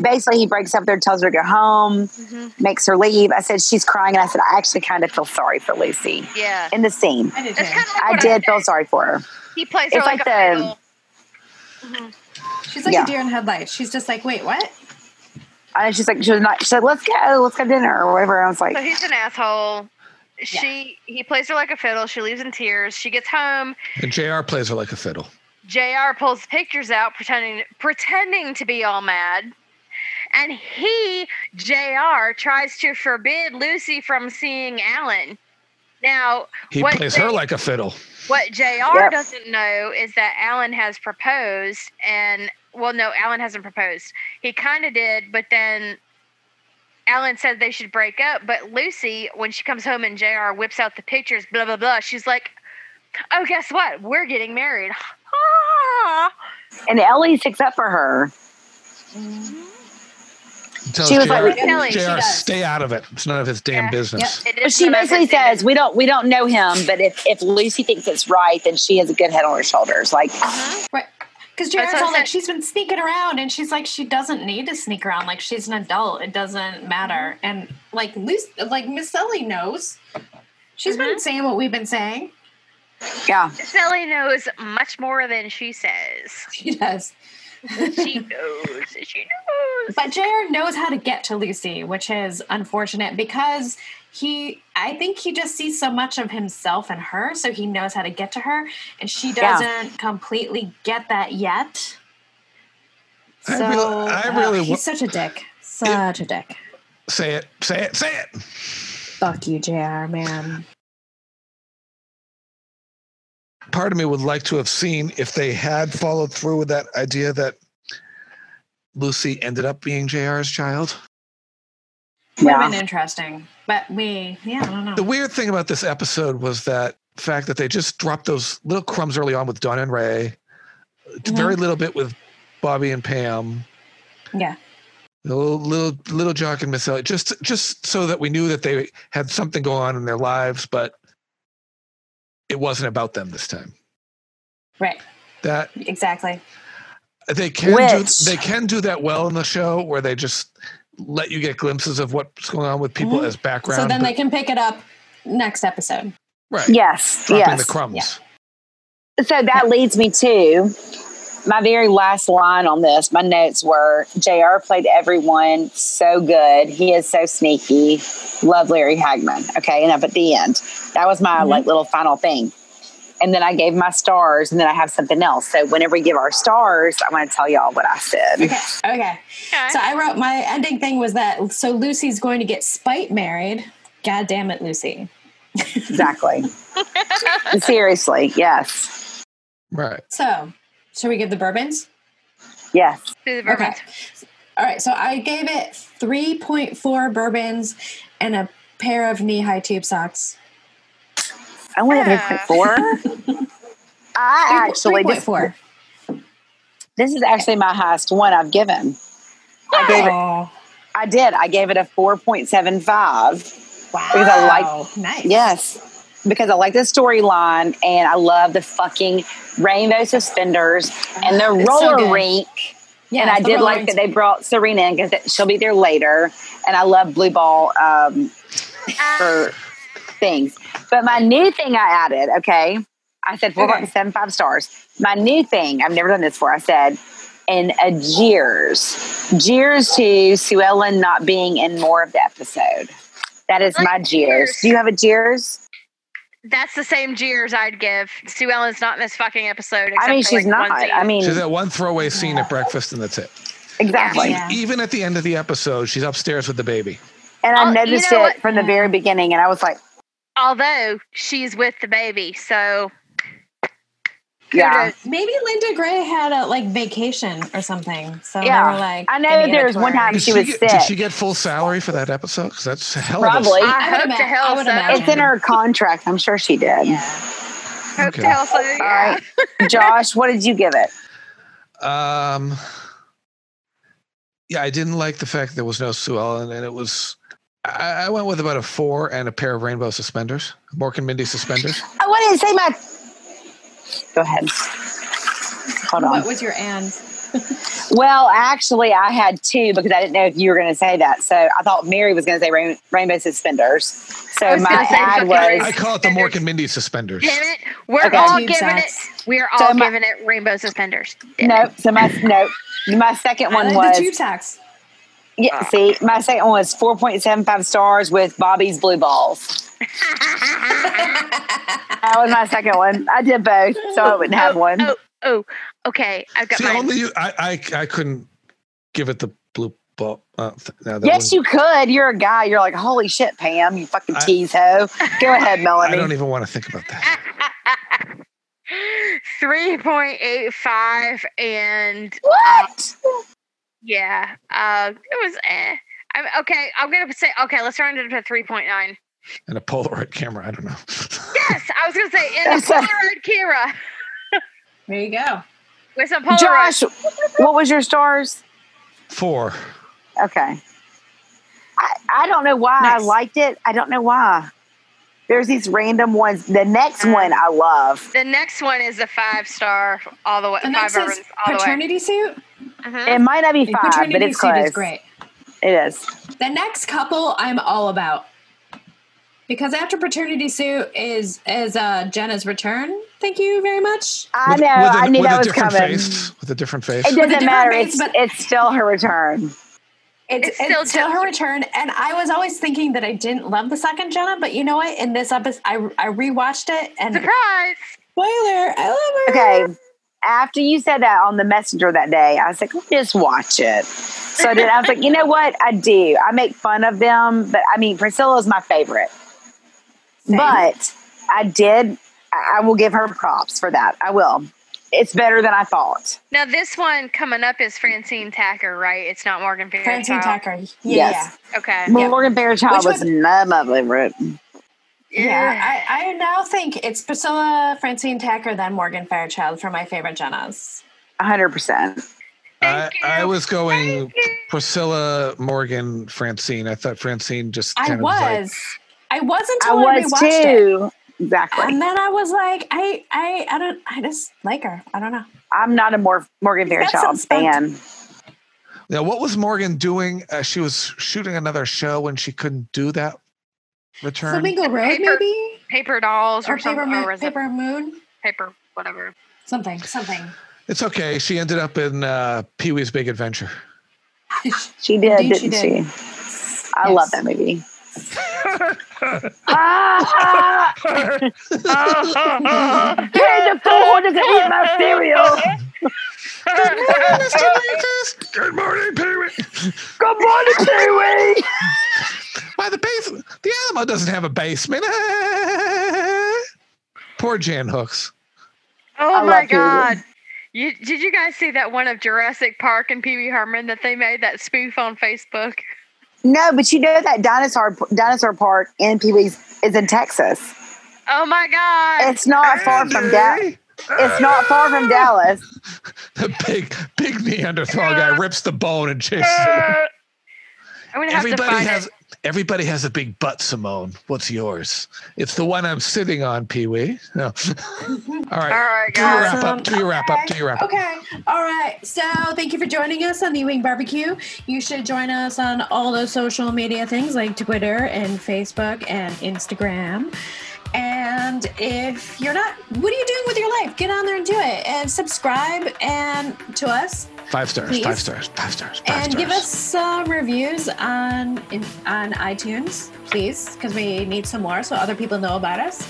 S8: basically, he breaks up there, tells her to go home,
S10: Mhm.
S8: makes her leave. I said, she's crying. And I said, I actually kind of feel sorry for Lucy
S10: Yeah.
S8: in the scene.
S4: I did
S10: That's
S4: too.
S10: kind of like
S8: I
S10: what
S8: did
S10: I
S8: feel sorry for her.
S10: He plays her
S8: It's
S10: like,
S8: like
S10: a
S8: the-
S10: fiddle.
S4: She's like
S8: Yeah.
S4: a deer in headlights. She's just like, wait, what?
S8: And she's like, she was not, she said, let's go, let's go to dinner or whatever. And I was
S10: So
S8: like,
S10: he's an asshole. She he plays her like a fiddle. She leaves in tears. She gets home.
S6: And JR plays her like a fiddle.
S10: Jr. pulls pictures out, pretending pretending to be all mad, and he Jr. tries to forbid Lucy from seeing Alan. Now,
S6: He
S10: What
S6: plays
S10: they-
S6: her like a fiddle.
S10: what Jr.
S8: Yep.
S10: doesn't know is that Alan has proposed, and well, no, Alan hasn't proposed. He kind of did, but then Alan said they should break up. But Lucy, when she comes home and Jr. whips out the pictures, blah blah blah, she's like, "Oh, guess what? We're getting married." Ah.
S8: and Ellie sticks up for her.
S6: He tells
S8: She was
S6: JR,
S8: like,
S10: Kelly, she
S6: JR
S4: does.
S6: stay out of it. It's none of his damn
S10: Yeah.
S6: business.
S10: It
S8: But
S10: is
S8: she
S10: none of
S8: basically
S10: his business.
S8: says, we don't, we don't know him, but if, if Lucy thinks it's right, then she has a good head on her shoulders. Like,
S4: Right. Because
S10: That's
S4: Jared's
S10: what I
S4: all like,
S10: said.
S4: she's been sneaking around, and she's like, she doesn't need to sneak around. Like, she's an adult. It doesn't matter. And like, Lucy, like Miss Ellie knows. She's been saying what we've been saying.
S8: yeah.
S10: Sally knows much more than she says.
S4: She does.
S10: She knows. She knows.
S4: But Jared knows how to get to Lucy, which is unfortunate because he, I think he just sees so much of himself in her, so he knows how to get to her, and she
S8: Yeah.
S4: doesn't completely get that yet.
S6: I
S4: So
S6: real- I
S4: ugh,
S6: really wa-
S4: he's such a dick. Such a dick.
S6: Say it, say it, say it.
S4: Fuck you, JR, man.
S6: Part of me would like to have seen if they had followed through with that idea that Lucy ended up being JR's child.
S4: Would
S8: Yeah.
S4: have been interesting, but we, yeah, I don't know.
S6: The weird thing about this episode was that fact that they just dropped those little crumbs early on with Don and Ray, very little bit with Bobby and Pam.
S4: Yeah.
S6: The little little little jock and Miss Elliot, just just so that we knew that they had something going on in their lives, but it wasn't about them this time.
S4: Right,
S6: That
S4: exactly.
S6: they can do,
S8: Which-
S6: they can do that well in the show where they just let you get glimpses of what's going on with people as background.
S4: so then
S6: but-
S4: they can pick it up next episode.
S6: right,
S8: Yes,
S6: dropping
S8: yes.
S6: the crumbs.
S8: So that leads me to my very last line on this. My notes were JR played everyone so good. He is so sneaky. Love Larry Hagman. Okay. And up at the end, that was my like little final thing. And then I gave my stars and then I have something else. So whenever we give our stars, I want to tell y'all what I said.
S4: Okay. Okay.
S10: Okay.
S4: So I wrote my ending thing was that so Lucy's going to get spite married. God damn it, Lucy.
S8: Exactly. Seriously. Yes.
S6: Right.
S4: So should we give the bourbons?
S8: Yes.
S10: Do the bourbons.
S4: All right. So I gave it 3.4 bourbons and a pair of knee high tube socks.
S8: Only a
S10: Yeah.
S8: 3.4. I actually, this,
S4: 3.4.
S8: this is actually my highest one I've given. I gave it
S4: Oh,
S8: I did. I gave it a 4.75.
S4: wow.
S8: Because I like-
S4: nice.
S8: Yes. Because I like the storyline and I love the fucking rainbow suspenders and the
S4: It's so
S8: roller
S4: good.
S8: rink.
S4: Yeah,
S8: and I
S4: the
S8: did
S4: roller
S8: like
S4: rinks.
S8: that they brought Serena in because she'll be there later. And I love blue ball um,
S10: Ah.
S8: for things. But my new thing I added, okay, I said 4.75 stars. My new thing, I've never done this before, I said, and a jeers. Jeers to Sue Ellen not being in more of the episode. That is my
S10: Like
S8: jeers.
S10: jeers.
S8: Do you have a jeers?
S10: That's the same jeers I'd give. Sue Ellen's not in this fucking episode.
S8: I mean,
S10: except for,
S8: she's
S10: like, one
S8: not.
S10: scene.
S8: I mean,
S6: She's that one throwaway scene at breakfast, and that's it.
S8: exactly.
S4: Yeah.
S6: Even at the end of the episode, she's upstairs with the baby.
S8: And I
S10: Oh, you
S8: noticed
S10: know
S8: it
S10: what?
S8: from the very beginning, and I was like,
S10: Although she's with the baby, so
S8: yeah.
S10: kudos.
S4: Maybe Linda Gray had a like vacation or something. So
S8: Yeah.
S4: they were like,
S8: I know
S4: gonna
S8: that
S4: give
S8: there
S4: it
S8: was
S4: to
S8: one
S4: her.
S8: time-
S6: Did
S8: She was
S6: get, Did
S8: sick.
S6: she get full salary for that episode? Because that's a hell
S8: Probably.
S6: of a.
S10: I,
S4: would
S10: hope
S4: ima-
S10: to
S4: I
S10: hell
S4: would
S10: so.
S4: imagine.
S8: It's in her contract. I'm sure she did.
S10: Hope
S6: Okay.
S10: to hell so.
S8: All
S10: yeah.
S8: right. Josh, what did you give it?
S6: Um, yeah, I didn't like the fact there was no Sue Ellen, and it was. I, I went with about a four and a pair of rainbow suspenders, Mork and Mindy suspenders.
S8: I wanted to say my. Go ahead. Hold on.
S4: What was your and?
S8: Well, actually, I had two because I didn't know if you were going to say that. So I thought Mary was going to say rain- rainbow suspenders.
S10: I
S8: So
S10: was
S8: my
S10: gonna say
S8: ad
S10: fucking
S8: was.
S10: rainbow
S6: I call it the Mork and Mindy suspenders.
S10: Damn it. We're
S8: Okay.
S10: all
S4: Tube
S10: giving
S4: socks.
S10: it. We're all
S8: So my-
S10: giving it rainbow suspenders. Damn it.
S8: No, so my no, my second
S4: I
S10: Uh,
S8: one
S4: like
S8: was
S4: the tube socks.
S10: Ah.
S8: yeah. See, my second one was four point seven five stars with Bobby's blue balls. that was my second one. I did both, so I wouldn't have
S10: Oh,
S8: one.
S10: Oh, oh, okay. I've got
S6: See,
S10: mine.
S6: only you. I, I I couldn't give it the blue ball. Uh, th- no, that
S8: Yes,
S6: wouldn't-
S8: you could. You're a guy. You're like, holy shit, Pam, you fucking
S6: I-
S8: tease hoe. Go ahead,
S6: I don't
S8: Melanie.
S6: even want to think about that.
S8: Ah.
S10: 3.85 and
S6: e-
S8: What?
S10: yeah, uh, it was eh. I'm, okay, I'm gonna say okay. Let's round it up to 3.9.
S6: And a Polaroid camera. I don't know.
S10: Yes, I was gonna say in a
S8: That's a-
S10: Polaroid camera
S4: There you go.
S10: with some Polaroid.
S8: Josh, what was your stars?
S6: Four.
S8: Okay. I, I don't know why I
S4: Nice.
S8: liked it. I don't know why. There's these random ones. The next
S4: Uh-huh.
S8: one I love.
S10: the next one is a five star all the way.
S4: The
S10: five
S4: next is
S10: ribbons all the way.
S4: paternity suit.
S10: Mhm.
S8: It might not be five, but
S4: paternity
S8: it's
S4: suit
S8: close.
S4: is great.
S8: It is.
S4: The next couple I'm all about. Because after paternity suit is is uh, Jenna's return. Thank you very much.
S8: I
S6: With-
S8: know.
S6: with a-
S8: I knew
S6: with a
S8: that was
S6: different
S8: coming.
S6: Face, with a different face.
S8: It
S4: With a
S8: doesn't
S4: different
S8: matter.
S4: face,
S8: It's,
S4: but-
S8: it's still her return.
S4: It's,
S10: It's
S4: it's
S10: still
S4: still, her return, and I was always thinking that I didn't love the second Jenna, but you know what? In this episode, I I rewatched it, and spoiler,
S10: Surprise!
S4: I love her.
S8: Okay. After you said that on the messenger that day, I was like, just watch it. So then I was like, you know what? I do. I make fun of them, but I mean, Priscilla's my favorite.
S4: Same.
S8: But I did, I I will give her props for that. I will. It's better than I thought.
S10: Now this one coming up is Francine Tacker, right? It's not Morgan uh, Fairchild.
S4: Francine Tucker. Yeah,
S8: Yes.
S10: Okay.
S8: Morgan Fairchild
S4: Which
S8: was
S4: one-
S8: none of my favorite.
S4: yeah, yeah. I, I now think it's Priscilla, Francine Tucker, then Morgan Fairchild for my favorite Jennas.
S8: 100%.
S6: I,
S10: Thank
S6: I
S10: you.
S6: was going
S10: Thank you.
S6: Priscilla, Morgan, Francine. I thought Francine just kind
S4: I
S6: of like-
S4: was, I was
S8: I
S4: until I,
S8: was
S4: rewatched it,
S8: too. Exactly.
S4: and then I was like, I I I don't, I just like her. I don't know.
S8: I'm not a Mor- Morgan
S4: That's
S8: Fairchild
S4: unspent.
S8: fan.
S6: Now, what was Morgan doing? Uh, she was shooting another show when she couldn't do that return.
S4: Flamingo Road,
S7: Paper-
S4: maybe?
S7: Paper dolls or,
S4: Or
S7: something,
S4: Paper, Mo-
S7: or is
S4: Paper Moon?
S7: it paper whatever?
S10: Something, something.
S6: It's okay. She ended up in uh, Pee Wee's Big Adventure.
S8: She did,
S10: Indeed she
S8: didn't she?
S10: did.
S8: I
S10: Yes.
S8: love that movie.
S5: Ah, you're the fool to eat my cereal.
S6: Good morning, Mr. Winters. Good morning, Pee Wee.
S5: Good morning, Pee-wee.
S6: Why the basement? The Alamo doesn't have a basement. Ah. Poor Jan Hooks.
S7: Oh
S5: I
S7: my
S5: love Pee Wee.
S7: god. You, did you guys see that one of Jurassic Park and Pee Wee Herman that they made that spoof on Facebook?
S5: No, but you know that dinosaur dinosaur park in Pee Wee's is in Texas.
S7: Oh my god!
S5: It's not far from Dallas.
S6: Andy.
S5: It's not far from Dallas.
S6: The big, big Neanderthal guy rips the bone and chases it.
S7: I'm gonna have to
S6: Everybody
S7: find
S6: has,
S7: it.
S6: everybody has a big butt, Simone. What's yours? It's the one I'm sitting on, Pee Wee. No. All
S7: All
S6: right.
S7: right,
S6: Do your
S7: guys.
S6: wrap up. Do your wrap up. Do your wrap up.
S4: Okay. All right. So thank you for joining us on the Wing Barbecue. You should join us on all those social media things like Twitter and Facebook and Instagram. And if you're not, what are you doing with your life? Get on there and do it. And subscribe and to us
S6: Five stars. Five
S4: Please.
S6: stars. Five stars. Five
S4: and
S6: stars.
S4: give us some reviews on in, on iTunes, please, because we need some more so other people know about us.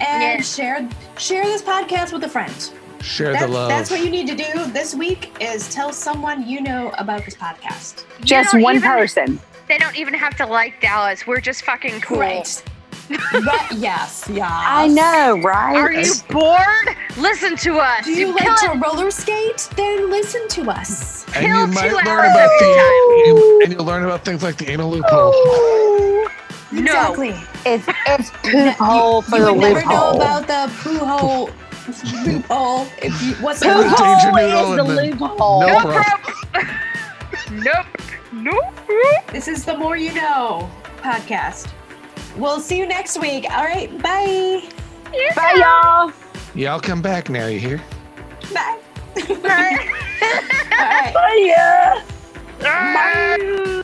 S4: And
S7: Yeah.
S4: share share this podcast with a friend.
S6: Share the
S4: That's,
S6: love.
S4: that's what you need to do this week is tell someone you know about this podcast.
S7: You
S8: Just
S7: don't
S8: one
S7: even-
S8: person.
S7: They don't even have to like Dallas. We're just fucking cool.
S4: Right. But yes, yeah.
S8: I know,
S7: Are
S8: right?
S7: you bored? Listen to us.
S4: Do you
S7: kill
S4: like
S7: it.
S4: to roller skate? Then listen to us.
S6: and
S7: kill
S6: you
S7: two
S6: might
S7: hours
S6: learn about
S7: every
S6: the you- and you'll learn about things like the anal loophole.
S7: No.
S4: Exactly.
S8: It's it's poop hole for
S4: you
S8: the
S4: would never know
S8: loophole.
S4: about the poo hole. loophole. If you, what's the
S8: Poop
S6: Danger
S8: hole
S6: noodle
S8: is the
S6: and then-
S8: loophole.
S6: No
S7: Nope.
S6: problem.
S7: nope. Nope.
S4: This is the More You Know podcast. We'll see you next week. All right. Bye.
S8: Bye, y'all.
S6: Y'all come back now. You hear?
S4: Bye. All right.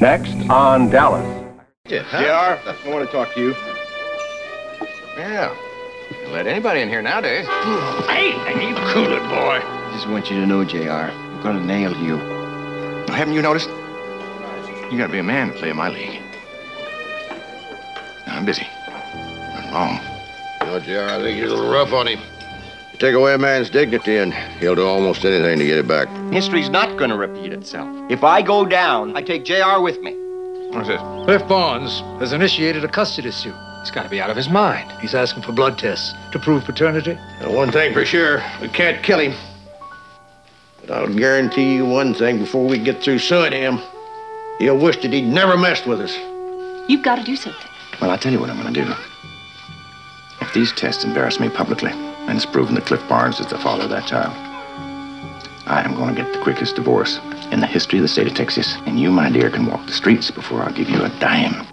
S12: Next on Dallas.
S9: Yeah.
S12: I want to talk to you.
S9: Yeah. Don't let anybody in here nowadays.
S12: Hey, hey, you cool it, boy.
S9: Just want you to know, JR, I'm gonna nail you. Now, haven't you noticed? You gotta be a man to play in my league. Now, I'm busy. I'm long.
S12: No, JR, I think you're a little rough on him. You take away a man's dignity, and he'll do almost anything to get it back.
S13: History's not going to repeat itself. If I go down, I take JR with me.
S12: What's this?
S14: Cliff Barnes has initiated a custody suit. He's got to be out of his mind. He's asking for blood tests to prove paternity.
S12: Well, Uh, one thing for sure, we can't kill him. But I'll guarantee you one thing before we get through suing him. He'll wish that he'd never messed with us.
S15: You've got to do something.
S9: Well, I'll tell you what I'm gonna do. If these tests embarrass me publicly, and it's proven that Cliff Barnes is the father of that child, I am gonna get the quickest divorce in the history of the state of Texas. And you, my dear, can walk the streets before I'll give you a dime.